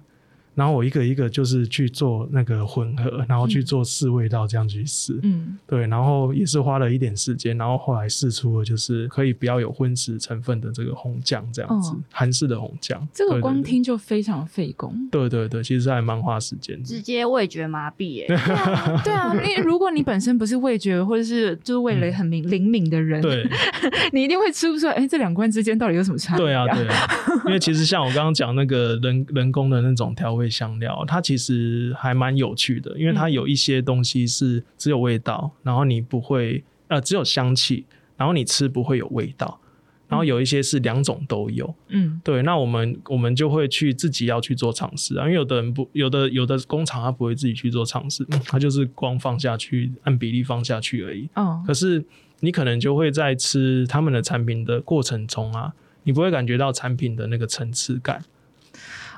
Speaker 3: 然后我一个一个就是去做那个混合，然后去
Speaker 2: 嗯
Speaker 3: 做试味道，这样去试。
Speaker 2: 嗯
Speaker 3: 对，然后也是花了一点时间，然后后来试出了就是可以不要有荤食成分的这个红酱这样子
Speaker 2: 哦，
Speaker 3: 韩、式的红酱。
Speaker 2: 这
Speaker 3: 对
Speaker 2: 个
Speaker 3: 对
Speaker 2: 光
Speaker 3: 对
Speaker 2: 听就非常费 工。
Speaker 3: 对对对，其实还蛮花时间的。
Speaker 1: 直接味觉麻 痹、
Speaker 3: 嗯
Speaker 1: 欸，
Speaker 2: 对啊，因为如果你本身不是味觉或者是就是味蕾很敏灵敏的人，
Speaker 3: 对
Speaker 2: 你一定会吃不出来，哎，这两罐之间到底有什么差别？
Speaker 3: 对啊，对啊，因为其实像我刚刚讲那个人人工的那种调味香料，它其实还蛮有趣的，因为它
Speaker 2: 嗯
Speaker 3: 有一些东西是只有味道，然后你不会呃只有香气，然后你吃不会有味道。然后有一些是两种都有。
Speaker 2: 嗯
Speaker 3: 对，那我们我们就会去自己要去做尝试啊，因为有的人不，有的有的工厂他不会自己去做尝试，嗯他就是光放下去，按比例放下去而已。
Speaker 2: 哦
Speaker 3: 可是你可能就会在吃他们的产品的过程中啊，你不会感觉到产品的那个层次感。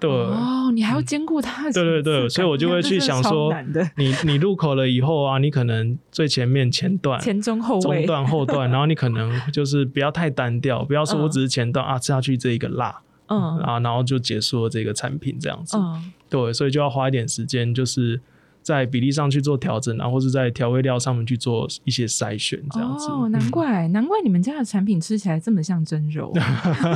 Speaker 3: 对，
Speaker 2: 哦，你还要兼顾它的层次
Speaker 3: 呃对对
Speaker 2: 感，
Speaker 3: 对所以我就会去想说
Speaker 2: 那真的超难的
Speaker 3: 你你入口了以后啊，你可能最前面前段、
Speaker 2: 前中后
Speaker 3: 中
Speaker 2: 卫，
Speaker 3: 段、后段，然后你可能就是不要太单调，不要说我
Speaker 2: 嗯
Speaker 3: 只是前段、啊，吃下去这一个辣
Speaker 2: 嗯
Speaker 3: 啊，然后就结束了这个产品这样子。
Speaker 2: 嗯
Speaker 3: 对，所以就要花一点时间，就是在比例上去做调整，然后或是在调味料上面去做一些筛选，这样子。嗯
Speaker 2: 哦，难怪难怪你们家的产品吃起来这么像真肉，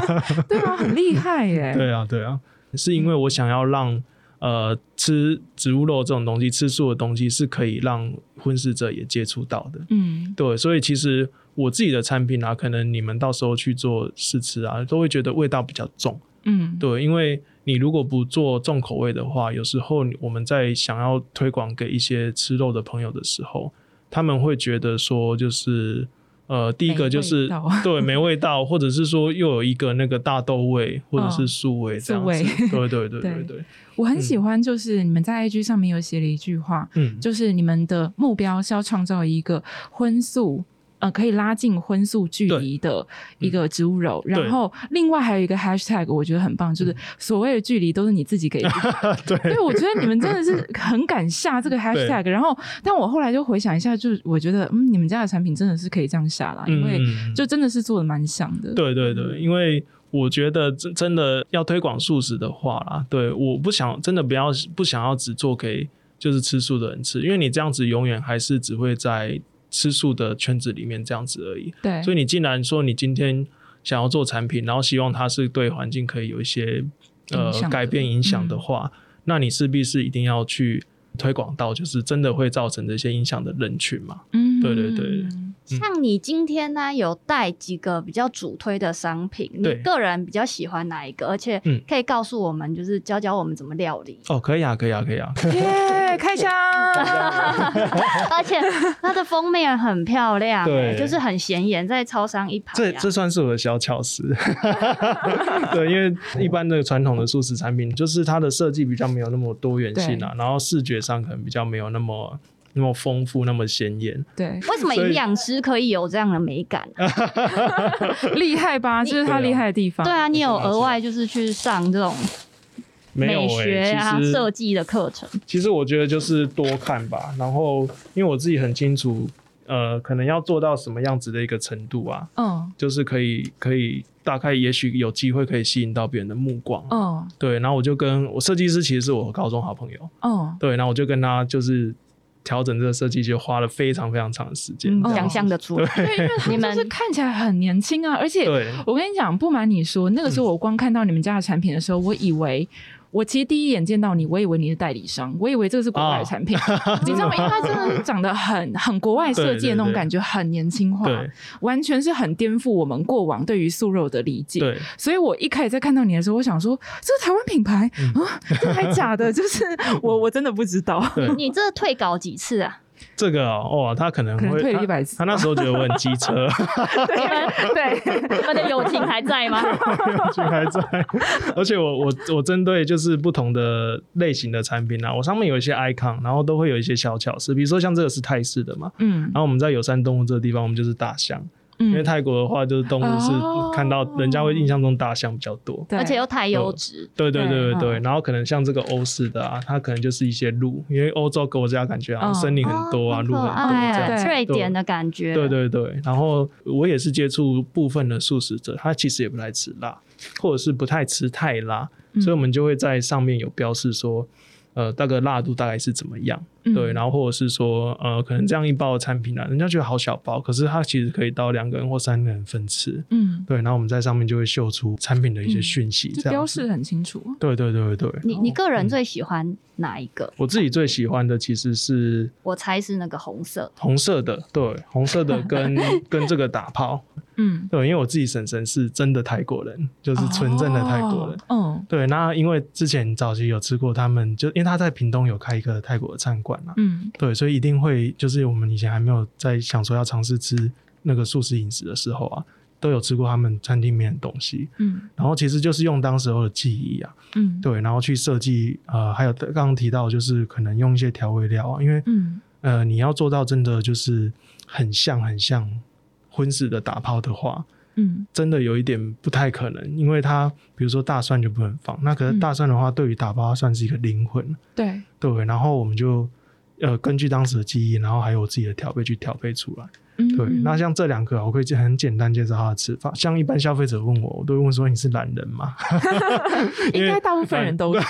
Speaker 2: 对啊，很厉害耶，
Speaker 3: 嗯。对啊，对啊，是因为我想要让呃吃植物肉这种东西，吃素的东西是可以让婚食者也接触到的。
Speaker 2: 嗯
Speaker 3: 对，所以其实我自己的产品啊，可能你们到时候去做试吃啊，都会觉得味道比较重。
Speaker 2: 嗯，
Speaker 3: 对，因为你如果不做重口味的话，有时候你我们在想要推广给一些吃肉的朋友的时候，他们会觉得说，就是呃，第一个就
Speaker 2: 没
Speaker 3: 是
Speaker 2: 味道
Speaker 3: 对没味道，或者是说又有一个那个大豆味或者是素味这样子。
Speaker 2: 嗯素
Speaker 3: 对对对 对对，
Speaker 2: 我很喜欢，就是你们在 IG 上面有写了一句话，
Speaker 3: 嗯，
Speaker 2: 就是你们的目标是要创造一个荤素。呃，可以拉近荤素距离
Speaker 3: 嗯
Speaker 2: 的一个植物肉，然后另外还有一个 hashtag，我觉得很棒，
Speaker 3: 嗯
Speaker 2: 就是所谓的距离都是你自己给的。
Speaker 3: 对
Speaker 2: 对，我觉得你们真的 是很敢下这个 hashtag。然后，但我后来就回想一下，就是我觉得，嗯，你们家的产品真的是可以这样下啦，因为
Speaker 3: 嗯
Speaker 2: 就真的是做的蛮像的。
Speaker 3: 对对对，
Speaker 2: 嗯
Speaker 3: 因为我觉得真真的要推广素食的话啦，对，我不想真的不要不想要只做给就是吃素的人吃，因为你这样子永远还是只会在吃素的圈子里面这样子而已。
Speaker 2: 对，
Speaker 3: 所以你既然说你今天想要做产品，然后希望它是对环境可以有一些呃
Speaker 2: 影响的嗯
Speaker 3: 改变影响的话，那你势必是一定要去推广到就是真的会造成这些影响的人群嘛。
Speaker 2: 嗯
Speaker 3: 对对对
Speaker 1: 像你今天呢、有带几个比较主推的商品，你
Speaker 3: 对
Speaker 1: 个人比较喜欢哪一个？而且
Speaker 3: 嗯。
Speaker 1: 可以告诉我们，就是教教我们怎么料理
Speaker 3: 哦，可以啊，可以啊，可以啊。
Speaker 2: 耶，开箱！
Speaker 1: 而且它的封面很漂亮、
Speaker 3: 对
Speaker 1: 欸就是很显眼，在超商一排、啊。
Speaker 3: 这这算是我的小 巧思，对，因为一般的传统的素食产品，就是它的设计比较没有那么多元性啊，然后视觉上可能比较没有那么那么丰富、那么显眼。
Speaker 2: 对，
Speaker 1: 为什么
Speaker 3: 所以
Speaker 1: 营养师可以有这样的美感啊、
Speaker 2: 厉害吧？这是他厉害的地方。
Speaker 1: 对啊，你有额外就是去上这种
Speaker 3: 没有、
Speaker 1: 美
Speaker 3: 欸、
Speaker 1: 学啊、
Speaker 3: 其
Speaker 1: 设
Speaker 3: 实
Speaker 1: 计的课程，
Speaker 3: 其实我觉得就是多看吧，然后因为我自己很清楚，呃，可能要做到什么样子的一个程度啊，
Speaker 2: 嗯
Speaker 3: 就是可以可以大概也许有机会可以吸引到别人的目光。
Speaker 1: 哦
Speaker 2: 嗯
Speaker 3: 对，然后我就跟我设计师其实是我高中好朋友。
Speaker 2: 嗯，
Speaker 3: 对，然后我就跟他就是调整这个设计，就花了非常非常长的时间
Speaker 1: 嗯，
Speaker 3: 这样
Speaker 1: 想象的出来。
Speaker 2: 哦对，因为他
Speaker 1: 你们
Speaker 2: 就是看起来很年轻啊，而且
Speaker 3: 对
Speaker 2: 我跟你讲，不瞒你说，那个时
Speaker 3: 嗯
Speaker 2: 候我光看到你们家的产品的时候，我以为。我其实第一眼见到你，我以为你是代理商，我以为这个是国外
Speaker 3: 啊
Speaker 2: 的 产品，你知道吗？因为它真的是长得很很国外设计的那种感觉，很年轻化，
Speaker 3: 对
Speaker 2: 完全是很颠覆我们过往对于素肉的理解。
Speaker 3: 对
Speaker 2: 所以我一开始在看到你的时候，我想说这是台湾品牌、
Speaker 3: 嗯
Speaker 2: 啊，这还假 的？就是我我真的不知道。
Speaker 3: 对，
Speaker 1: 你这退稿几次啊？
Speaker 3: 这个哦，哇他可能
Speaker 2: 可能
Speaker 3: 会
Speaker 2: 退了
Speaker 3: 他
Speaker 2: 100次
Speaker 3: 他那时候觉得我很机车，
Speaker 2: 对，
Speaker 1: 你们的友情还在吗？
Speaker 3: 就还在，而且我我我针对就是不同的类型的产品啊，我上面有一些 icon，然后都会有一些小巧思，比如说像这个是泰式的嘛。
Speaker 2: 嗯
Speaker 3: 然后我们在友善动物这个地方，我们就是大象，因为
Speaker 2: 嗯，
Speaker 3: 泰国的话就是动物是
Speaker 2: 哦
Speaker 3: 看到人家会印象中大象比较多，
Speaker 2: 对
Speaker 1: 而且又太优质，
Speaker 3: 对对对
Speaker 2: 对
Speaker 3: 对对，然后可能像这个欧式的啊，它可能就是一些鹿，因为欧洲国家感觉好像森林很多啊，
Speaker 1: 哦
Speaker 3: 鹿很
Speaker 1: 可
Speaker 3: 多这
Speaker 1: 爱
Speaker 3: 样
Speaker 2: 子
Speaker 3: 子。
Speaker 1: 瑞典的感觉。
Speaker 3: 对对对，然后我也是接触部分的素食者，他其实也不太吃辣，或者是不太吃太辣，
Speaker 2: 嗯
Speaker 3: 所以我们就会在上面有标示说，呃，大概辣度大概是怎么样，
Speaker 2: 嗯
Speaker 3: 对，然后或者是说，呃，可能这样一包的产品啊，人家觉得好小包，可是它其实可以到两个人或三个人分吃，
Speaker 2: 嗯，
Speaker 3: 对，然后我们在上面就会秀出产品的一些
Speaker 2: 嗯
Speaker 3: 讯息，
Speaker 2: 就
Speaker 3: 这样
Speaker 2: 标
Speaker 3: 子。
Speaker 2: 示很清楚。
Speaker 3: 对对对对，
Speaker 1: 你
Speaker 2: 哦
Speaker 1: 你个
Speaker 3: 嗯
Speaker 1: 人最喜欢哪一个？
Speaker 3: 我自己最喜欢的其实是
Speaker 1: 我猜是那个红色。
Speaker 3: 红色的，对，红色的跟跟这个打炮，
Speaker 2: 嗯，
Speaker 3: 对，因为我自己婶婶是真的泰国人，就是纯正的泰国人。
Speaker 2: 哦。
Speaker 3: 对，那因为之前早期有吃过他们，就因为他在屏东有开一个泰国的餐馆啊，
Speaker 2: 嗯
Speaker 3: 对，所以一定会就是我们以前还没有在想说要尝试吃那个素食饮食的时候啊，都有吃过他们餐厅里面的东西，
Speaker 4: 嗯
Speaker 3: 然后其实就是用当时候的记忆啊，
Speaker 4: 嗯，
Speaker 3: 对，然后去设计呃，还有刚刚提到就是可能用一些调味料啊，因为
Speaker 4: 嗯
Speaker 3: 呃，你要做到真的就是很像很像荤式的打泡的话，
Speaker 4: 嗯
Speaker 3: 真的有一点不太可能，因为它比如说大蒜就不能放，那可是
Speaker 4: 嗯
Speaker 3: 大蒜的话，对于打包它算是一个灵魂，
Speaker 4: 对，
Speaker 3: 对，然后我们就呃根据当时的记忆，然后还有我自己的调配去调配出来。
Speaker 4: 嗯
Speaker 3: 对，
Speaker 4: 嗯
Speaker 3: 那像这两个，我可以很简单介绍它的吃法。像一般消费者问我，我都会问说你是懒人吗？
Speaker 4: 嗯
Speaker 3: 因
Speaker 4: 应
Speaker 3: 为
Speaker 4: 该大部分人都是，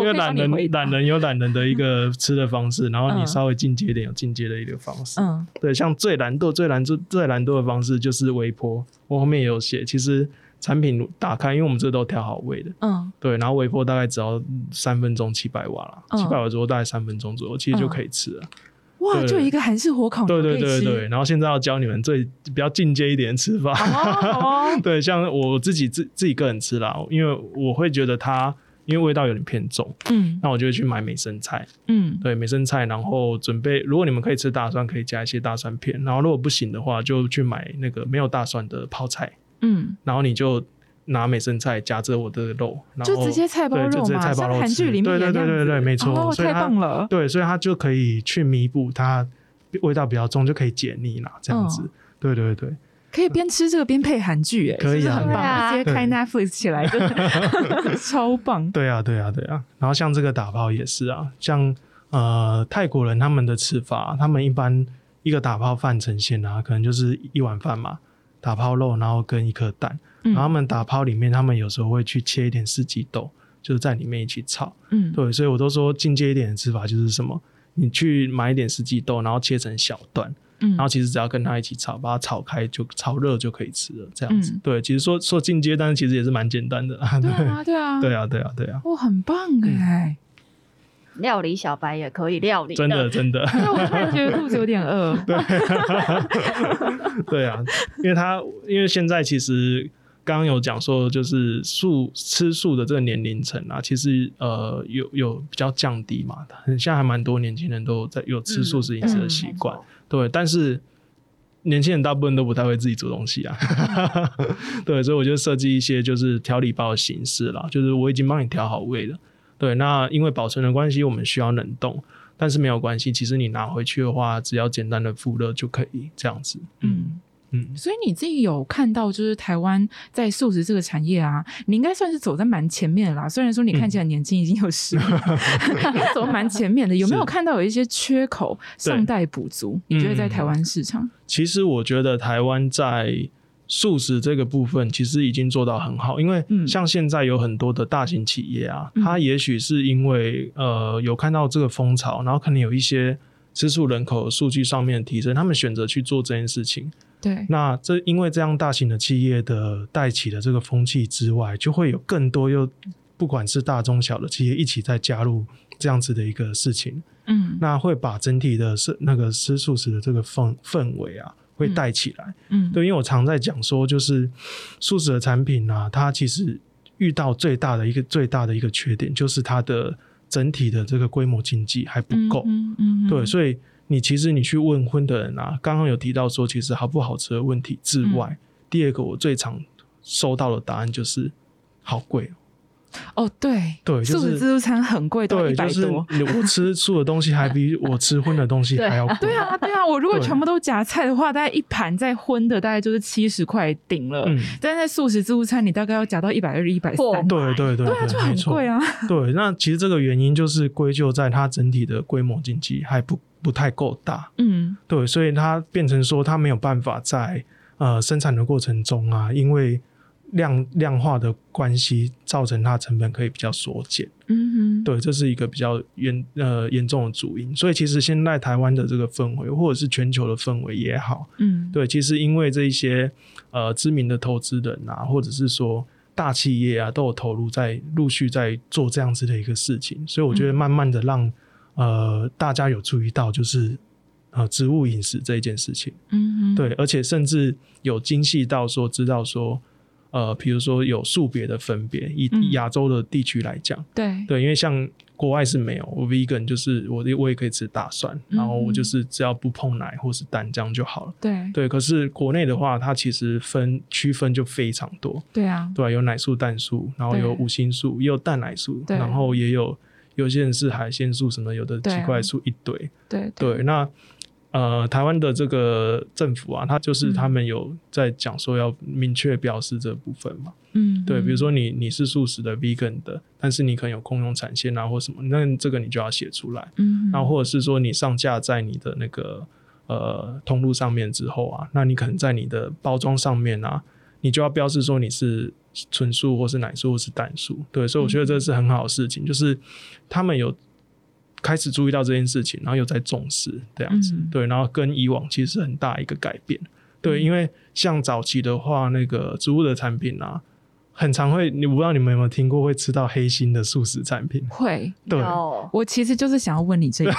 Speaker 3: 因
Speaker 4: 因
Speaker 3: 为懒人懒，人有懒人的一个吃的方式，然后你
Speaker 4: 嗯
Speaker 3: 稍微进阶一点有进阶的一个方式。
Speaker 4: 嗯
Speaker 3: 对，像最懒惰、最懒惰、最懒惰的方式就是微波，我后面也有写。其实产品打开，因为我们这都调好味的，
Speaker 4: 嗯
Speaker 3: 对，然后微波大概只要三分钟，七百瓦啦，
Speaker 4: 嗯
Speaker 3: 七百瓦左右，大概三分钟左右，其实就可以吃了。
Speaker 4: 哇，
Speaker 3: 对
Speaker 4: 就有一个韩式火烤，
Speaker 3: 对
Speaker 4: 你嗯哦
Speaker 3: 对
Speaker 4: 可以
Speaker 3: 对
Speaker 4: 吃
Speaker 3: 对，，然后现在要教你们最比较进阶一点的吃法。
Speaker 4: 哦 哦
Speaker 3: 对，像我自己自自己个人吃啦，因为我会觉得它因为味道有点偏重，
Speaker 4: 嗯
Speaker 3: 那我就会去买美生菜。
Speaker 4: 嗯
Speaker 3: 对，美生菜，然后准备，如果你们可以吃大蒜，可以加一些大蒜片，然后如果不行的话，就去买那个没有大蒜的泡菜，
Speaker 4: 嗯，
Speaker 3: 然后你就拿美生菜夹着我的肉，然后
Speaker 4: 就直接菜包
Speaker 3: 对就
Speaker 4: 肉
Speaker 3: 直接
Speaker 4: 嘛，
Speaker 3: 菜包
Speaker 4: 像
Speaker 3: 肉
Speaker 4: 韩
Speaker 3: 吃
Speaker 4: 剧里面
Speaker 3: 对对
Speaker 4: 演
Speaker 3: 对
Speaker 4: 那
Speaker 3: 对
Speaker 4: 样
Speaker 3: 对，
Speaker 4: 子
Speaker 3: 没错，
Speaker 4: 哦，
Speaker 3: 所以
Speaker 4: 太
Speaker 3: 它
Speaker 4: 棒了，
Speaker 3: 对，所以它就可以去弥补它味道比较重，就可以解腻啦，这样子。
Speaker 4: 嗯
Speaker 3: 对对对，
Speaker 4: 可以边吃这个边配韩剧，哎，
Speaker 3: 可
Speaker 4: 是
Speaker 3: 以啊
Speaker 4: 不是很
Speaker 1: 对啊
Speaker 4: 棒，直接开
Speaker 3: 对
Speaker 4: Netflix 起来，真 的 超棒，
Speaker 3: 对啊，对啊，对啊。然后像这个打泡也是啊，像呃泰国人他们的吃法，他们一般一个打泡饭呈现啊，可能就是一碗饭嘛，打泡肉，然后跟一颗蛋。
Speaker 4: 嗯
Speaker 3: 然后他们打泡里面，他们有时候会去切一点四季豆，就是在里面一起炒。
Speaker 4: 嗯，
Speaker 3: 对，所以我都说进阶一点的吃法就是什么，你去买一点四季豆，然后切成小段，
Speaker 4: 嗯
Speaker 3: 然后其实只要跟它一起炒，把它炒开就炒热就可以吃了，这样子。
Speaker 4: 嗯
Speaker 3: 对，其实说说进阶，但是其实也是蛮简单的。
Speaker 4: 对啊对啊，
Speaker 3: 对啊，对啊，对啊，
Speaker 4: 哇，很棒哎。
Speaker 1: 料理小白也可以料理
Speaker 3: 真的真的，
Speaker 4: 对，我突然觉得肚子有点饿。
Speaker 3: 对啊，因为它因为现在其实刚刚有讲说，就是素吃素的这个年龄层啊，其实呃有有比较降低嘛，很现在还蛮多年轻人都在有吃
Speaker 1: 嗯
Speaker 3: 素食饮食的
Speaker 4: 嗯
Speaker 3: 习惯，对，但是。年轻人大部分都不太会自己煮东西啊， 对，所以我就设计一些就是调理包的形式啦，就是我已经帮你调好味了，对，那因为保存的关系，我们需要冷冻，但是没有关系，其实你拿回去的话，只要简单的复热就可以这样子，嗯
Speaker 4: 嗯，
Speaker 3: 嗯，
Speaker 4: 所以你自己有看到，就是台湾在素食这个产业啊，你应该算是走在蛮前面的啦。虽然说你看起
Speaker 3: 嗯
Speaker 4: 来年轻，已经有十年， 应该 走得蛮前面的。有没有
Speaker 3: 是
Speaker 4: 看到有一些缺口尚待补足？你觉得在台
Speaker 3: 嗯
Speaker 4: 湾市场？
Speaker 3: 其实我觉得台湾在素食这个部分其实已经做到很好，因为
Speaker 4: 嗯
Speaker 3: 像现在有很多的大型企业啊，
Speaker 4: 嗯
Speaker 3: 它也许是因为呃有看到这个风潮，然后可能有一些吃素人口数据上面的提升，他们选择去做这件事情。
Speaker 4: 对，
Speaker 3: 那这因为这样大型的企业的带起的这个风气之外，就会有更多又不管是大中小的企业一起在加入这样子的一个事情。
Speaker 4: 嗯
Speaker 3: 那会把整体的是那个吃素食的这个氛氛围啊，会带起来。
Speaker 4: 嗯，
Speaker 3: 对，因为我常在讲说，就是素食的产品啊，它其实遇到最大的一个最大的一个缺点，就是它的整体的这个规模经济还不
Speaker 4: 嗯，
Speaker 3: 够。
Speaker 4: 嗯嗯，嗯
Speaker 3: 对，所以你其实你去问荤的人啊，刚刚有提到说，其实好不好吃的问题之
Speaker 4: 嗯
Speaker 3: 外，第二个我最常收到的答案就是好贵哦。
Speaker 4: 哦，对
Speaker 3: 对就是
Speaker 4: 素食自助餐很贵，到一
Speaker 3: 对，就
Speaker 4: 百
Speaker 3: 是
Speaker 4: 多。
Speaker 3: 你我吃素的东西还比我吃荤的东西还要贵。
Speaker 4: 对啊，对啊，我如果
Speaker 3: 对
Speaker 4: 全部都夹菜的话，大概一盘再荤的，大概就是七十块顶了。
Speaker 3: 嗯，哦
Speaker 4: 但在素食自助餐，你大概要夹到一百二、一百
Speaker 1: 破
Speaker 4: 三，
Speaker 3: 对对对，对
Speaker 4: 啊，就
Speaker 3: 没
Speaker 4: 很
Speaker 3: 错
Speaker 4: 贵啊。
Speaker 3: 对，那其实这个原因就是归咎在它整体的规模经济还不不太够大，
Speaker 4: 嗯
Speaker 3: 对，所以它变成说它没有办法在呃生产的过程中啊，因为量量化的关系，造成它成本可以比较缩减，
Speaker 4: 嗯哼，
Speaker 3: 对，这是一个比较严呃严重的主因。所以其实现在台湾的这个氛围，或者是全球的氛围也好，
Speaker 4: 嗯，
Speaker 3: 对，其实因为这一些呃知名的投资人啊，或者是说大企业啊，都有投入在陆续在做这样子的一个事情，所以我觉得慢慢的让、呃大家有注意到就是呃植物饮食这一件事情，
Speaker 4: 嗯哼，
Speaker 3: 对，而且甚至有精细到说知道说呃，比如说有数别的分别，以
Speaker 2: 嗯
Speaker 3: 以亚洲的地区来讲，
Speaker 4: 对
Speaker 3: 对，因为像国外是没有我 vegan，就是我我也可以吃大蒜，然后我就是只要不碰奶或是蛋这样就好了。
Speaker 4: 对
Speaker 3: 对，可是国内的话，它其实分区分就非常多，
Speaker 4: 对啊，
Speaker 3: 对、啊，有奶素、蛋素，然后有
Speaker 4: 对
Speaker 3: 五星素，也有蛋奶素，
Speaker 4: 对
Speaker 3: 然后也有有些人是海鲜素什么，有的
Speaker 4: 对啊
Speaker 3: 奇怪素一堆。
Speaker 4: 对
Speaker 3: 对，那呃，台湾的这个政府啊，它就是
Speaker 4: 嗯
Speaker 3: 他们有在讲说要明确标示这部分嘛。
Speaker 4: 嗯，
Speaker 3: 对，比如说你你是素食的 vegan 的，但是你可能有共用产线啊或什么，那这个你就要写出来。
Speaker 4: 嗯，
Speaker 3: 那或者是说你上架在你的那个呃通路上面之后啊，那你可能在你的包装上面啊，你就要标示说你是纯素或是奶素或是蛋素。对，所以我觉得
Speaker 4: 嗯
Speaker 3: 这是很好的事情，就是他们有开始注意到这件事情，然后有在重视这样子。
Speaker 4: 嗯
Speaker 3: 对，然后跟以往其实是很大一个改变。对，因为像早期的话，那个植物的产品啊。很常会，你我不知道你们有没有听过，会吃到黑心的素食产品。
Speaker 4: 会，
Speaker 3: 对，
Speaker 1: 有
Speaker 4: 我其实就是想要问你 这个，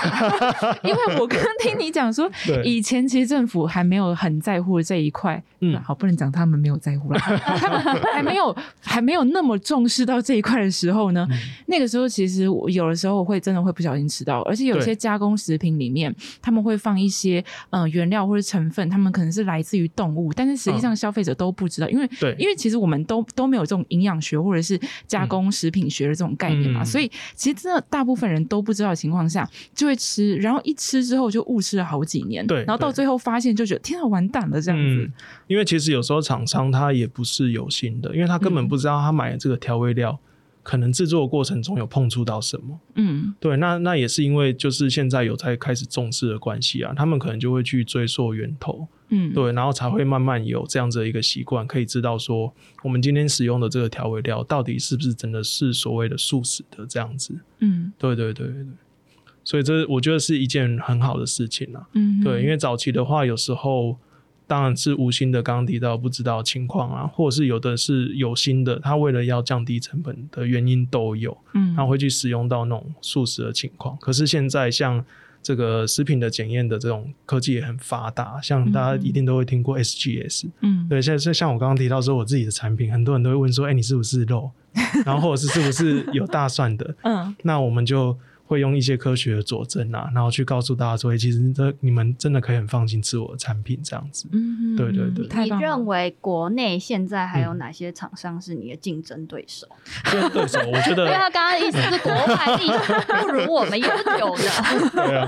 Speaker 4: 因为我刚听你讲说，
Speaker 3: 对
Speaker 4: 以前其实政府还没有很在乎这一块，
Speaker 3: 嗯
Speaker 4: 好不能讲他们没有在乎啦， 他们还没有还没有那么重视到这一块的时候呢，
Speaker 3: 嗯
Speaker 4: 那个时候其实我有的时候我会真的会不小心吃到，而且有
Speaker 3: 对
Speaker 4: 些加工食品里面他们会放一些呃原料或者成分，他们可能是来自于动物，但是实际
Speaker 3: 嗯
Speaker 4: 上消费者都不知道，因为
Speaker 3: 对，
Speaker 4: 因为其实我们都都没有这种营养学或者是加工食品学的这种概念嘛，
Speaker 3: 嗯
Speaker 4: 所以其实真的大部分人都不知道的情况下就会吃，然后一吃之后就误吃了好几年，
Speaker 3: 对
Speaker 4: 然后到
Speaker 3: 对
Speaker 4: 最后发现就觉得天啊完蛋了这样子，
Speaker 3: 嗯，因为其实有时候厂商他也不是有心的，因为他根本不知道他买的这个调味料，可能制作的过程中有碰触到什么。
Speaker 4: 嗯
Speaker 3: 对，那那也是因为就是现在有在开始重视的关系啊，他们可能就会去追溯源头，
Speaker 4: 嗯，
Speaker 3: 对，然后才会慢慢有这样子的一个习惯，可以知道说我们今天使用的这个调味料到底是不是真的是所谓的素食的这样子。
Speaker 4: 嗯
Speaker 3: 对对对对对，所以这我觉得是一件很好的事情啊。
Speaker 4: 嗯，
Speaker 3: 对，因为早期的话，有时候当然是无心的，刚刚提到不知道情况啊，或者是有的是有心的，他为了要降低成本的原因都有，
Speaker 4: 嗯
Speaker 3: 他会去使用到那种素食的情况。可是现在像这个食品的检验的这种科技也很发达，像大家一定都会听过 SGS，、
Speaker 4: 嗯
Speaker 3: 对，像像像我刚刚提到说我自己的产品，很多人都会问说，哎、你是不是肉？然后或者是是不是有大蒜的？
Speaker 4: 嗯
Speaker 3: 那我们就会用一些科学的佐证啊，然后去告诉大家说，诶其实这你们真的可以很放心吃我的产品这样子。
Speaker 4: 嗯，
Speaker 3: 对对对
Speaker 4: 太
Speaker 1: 你
Speaker 4: 棒了
Speaker 1: 认为国内现在还有
Speaker 3: 嗯
Speaker 1: 哪些厂商是你的竞争对手？
Speaker 3: 对嗯对手，我觉
Speaker 1: 因为他
Speaker 3: 得
Speaker 1: 刚刚的意思是国外历史不如我们悠久 的，
Speaker 3: 对啊，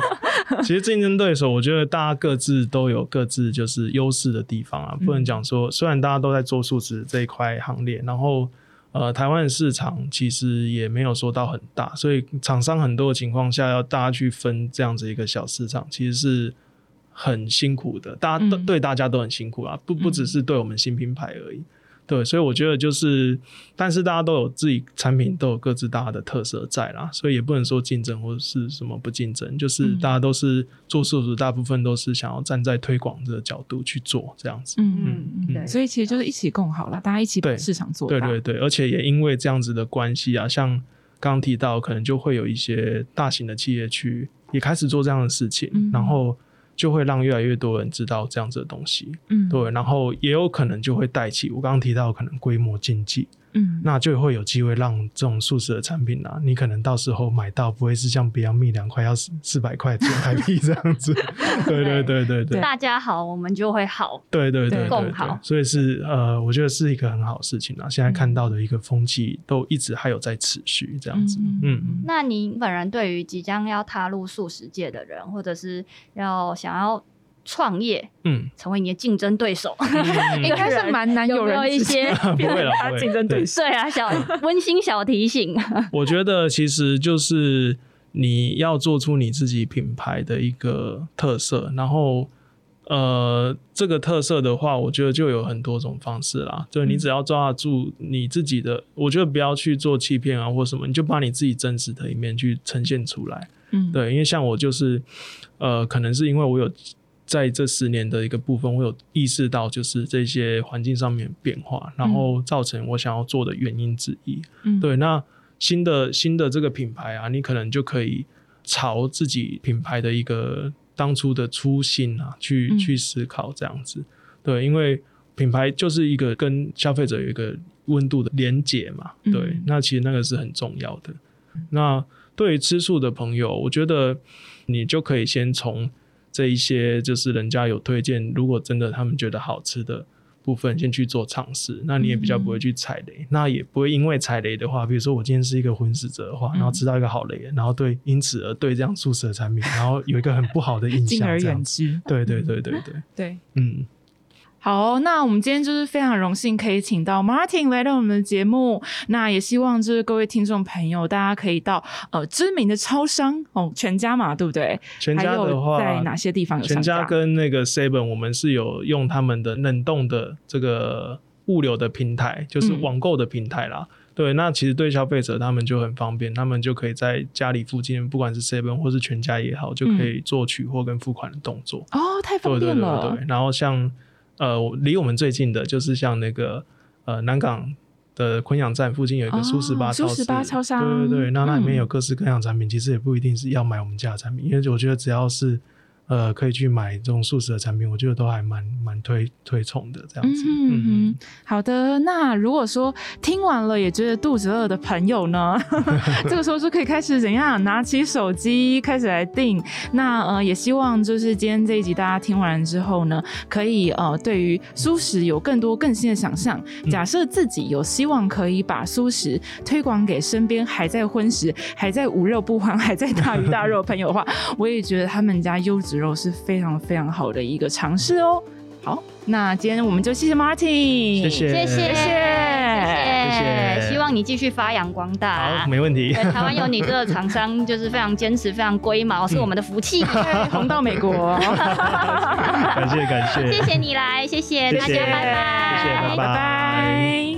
Speaker 3: 其实竞争对手，我觉得大家各自都有各自就是优势的地方啊，不能讲说虽然大家都在做数值这一块行列，然后。呃，台湾的市场其实也没有说到很大，所以厂商很多的情况下要大家去分这样子一个小市场，其实是很辛苦的。大家都、
Speaker 4: 嗯
Speaker 3: 对大家都很辛苦啊，不不只是对我们新品牌而已。对，所以我觉得就是，但是大家都有自己产品，都有各自大家的特色在啦，所以也不能说竞争或者是什么不竞争，就是
Speaker 4: 嗯
Speaker 3: 大家都是做数值，大部分都是想要站在推广的角度去做这样子。
Speaker 4: 嗯嗯
Speaker 3: 嗯
Speaker 4: 嗯，所以其实就是一起共好了，大家一起把
Speaker 3: 对
Speaker 4: 市场做
Speaker 3: 对
Speaker 4: 大，
Speaker 3: 对对，而且也因为这样子的关系啊，像刚刚提到，可能就会有一些大型的企业去也开始做这样的事情，
Speaker 4: 嗯
Speaker 3: 然后就会让越来越多人知道这样子的东西。
Speaker 4: 嗯
Speaker 3: 对，然后也有可能就会带起我刚刚提到可能规模经济，
Speaker 4: 嗯
Speaker 3: 那就会有机会让这种素食的产品啊，你可能到时候买到不会是像 Beyond Meat 两块要四四百块台币这样子。对对对对对
Speaker 1: 大家好，我们就会好。
Speaker 3: 对对
Speaker 4: 对
Speaker 3: 对
Speaker 1: 共
Speaker 3: 对
Speaker 1: 好
Speaker 3: 对，所以是呃，我觉得是一个很好的事情啊。现在看到的一个风气都一直还有在持续这样子。嗯
Speaker 1: 那您本人对于即将要踏入素食界的人，或者是要想要创业
Speaker 3: 嗯，
Speaker 1: 成为你的竞争对 手，
Speaker 4: 应该是蛮难
Speaker 1: 有没
Speaker 4: 人
Speaker 1: 有一
Speaker 4: 直接
Speaker 1: 些？
Speaker 3: 不会了，
Speaker 2: 他
Speaker 3: 不会
Speaker 2: 竞争对 手
Speaker 1: 对啊，小温馨小提 醒，
Speaker 3: 我觉得其实就是你要做出你自己品牌的一个特色，然后呃，这个特色的话，我觉得就有很多种方式啦。就你只要抓住你自己的，我觉得不要去做欺骗啊或什么，你就把你自己真实的一面去呈现出来。
Speaker 4: 嗯
Speaker 3: 对，因为像我就是，呃，可能是因为我有在这十年的一个部分，我有意识到就是这些环境上面的变化，然后造成我想要做的原因之一。
Speaker 4: 嗯
Speaker 3: 对，那新的新的这个品牌啊，你可能就可以朝自己品牌的一个当初的初心啊，去、
Speaker 4: 嗯
Speaker 3: 去思考这样子。对，因为品牌就是一个跟消费者有一个温度的连结嘛，对，
Speaker 2: 嗯
Speaker 3: 那其实那个是很重要的。那对于吃素的朋友，我觉得你就可以先从这一些就是人家有推荐，如果真的他们觉得好吃的部分，先去做尝试，那你也比较不会去踩雷，那也不会因为踩雷的话，比如说我今天是一个荤食者的话，然后吃到一个好雷，然后对因此而对这样素食的产品，然后有一个很不好的印
Speaker 5: 敬
Speaker 3: 象，
Speaker 5: 而
Speaker 3: 这样
Speaker 5: 远
Speaker 3: 子。
Speaker 5: 之。
Speaker 3: 对对对对对，
Speaker 2: 对。
Speaker 3: 嗯，
Speaker 2: 好，哦那我们今天就是非常荣幸可以请到 Martin 来到我们的节目。那也希望就是各位听众朋友，大家可以到呃知名的超商哦，全家嘛，对不对？
Speaker 3: 全家的话，
Speaker 2: 还有在哪些地方有
Speaker 3: 全
Speaker 2: 商
Speaker 3: 家
Speaker 2: 家？
Speaker 3: 跟那个 Seven，我们是有用他们的冷冻的这个物流的平台，就是
Speaker 2: 嗯
Speaker 3: 网购的平台啦。对，那其实对消费者他们就很方便，他们就可以在家里附近，不管是 Seven 或是全家也好，就
Speaker 2: 嗯
Speaker 3: 可以做取货跟付款的动作。
Speaker 2: 哦，太 方
Speaker 3: 对对
Speaker 2: 便了。
Speaker 3: 对对。然后像呃，我离我们最近的就是像那个呃南港。的昆阳站附近有一个
Speaker 2: 哦
Speaker 3: 苏十八超
Speaker 2: 苏
Speaker 3: 市，
Speaker 2: 十八超商
Speaker 3: 对对对，那那里面
Speaker 2: 嗯
Speaker 3: 有各式各样的产品，其实也不一定是要买我们家的产品，因为我觉得只要是呃可以去买这种素食的产品，我觉得都还蛮蛮推推崇的这样
Speaker 2: 嗯
Speaker 3: 子。
Speaker 2: 哼
Speaker 3: 嗯
Speaker 2: 嗯哼，好的。那如果说听完了也觉得肚子饿的朋友呢， 这个时候就可以开始怎样拿起手机开始来订。那呃，也希望就是今天这一集大家听完之后呢，可以呃对于素食有更多更新的想象。
Speaker 3: 嗯
Speaker 2: 假设自己有希望可以把素食推广给身边还在荤食、还在无肉不欢、 还在大鱼大肉的朋友的话， 我也觉得他们家优质肉是非常非常好的一个尝试哦。好，那今天我们就谢谢 Martin，
Speaker 3: 谢谢
Speaker 1: 谢谢
Speaker 3: 谢
Speaker 1: 谢
Speaker 3: 谢
Speaker 1: 谢
Speaker 3: 谢
Speaker 1: 哎希望你继续发扬光大啊
Speaker 3: 好，。没问题
Speaker 1: 对，，台湾有你这个厂商，就是非常坚持、非常龟毛，是我们的福 气。
Speaker 2: 对红到美 国， 哦
Speaker 3: 感谢感谢，
Speaker 1: 谢谢你来，谢谢
Speaker 3: 谢
Speaker 1: 大家，
Speaker 3: 谢
Speaker 1: 拜拜，
Speaker 3: 谢谢拜拜
Speaker 2: 拜拜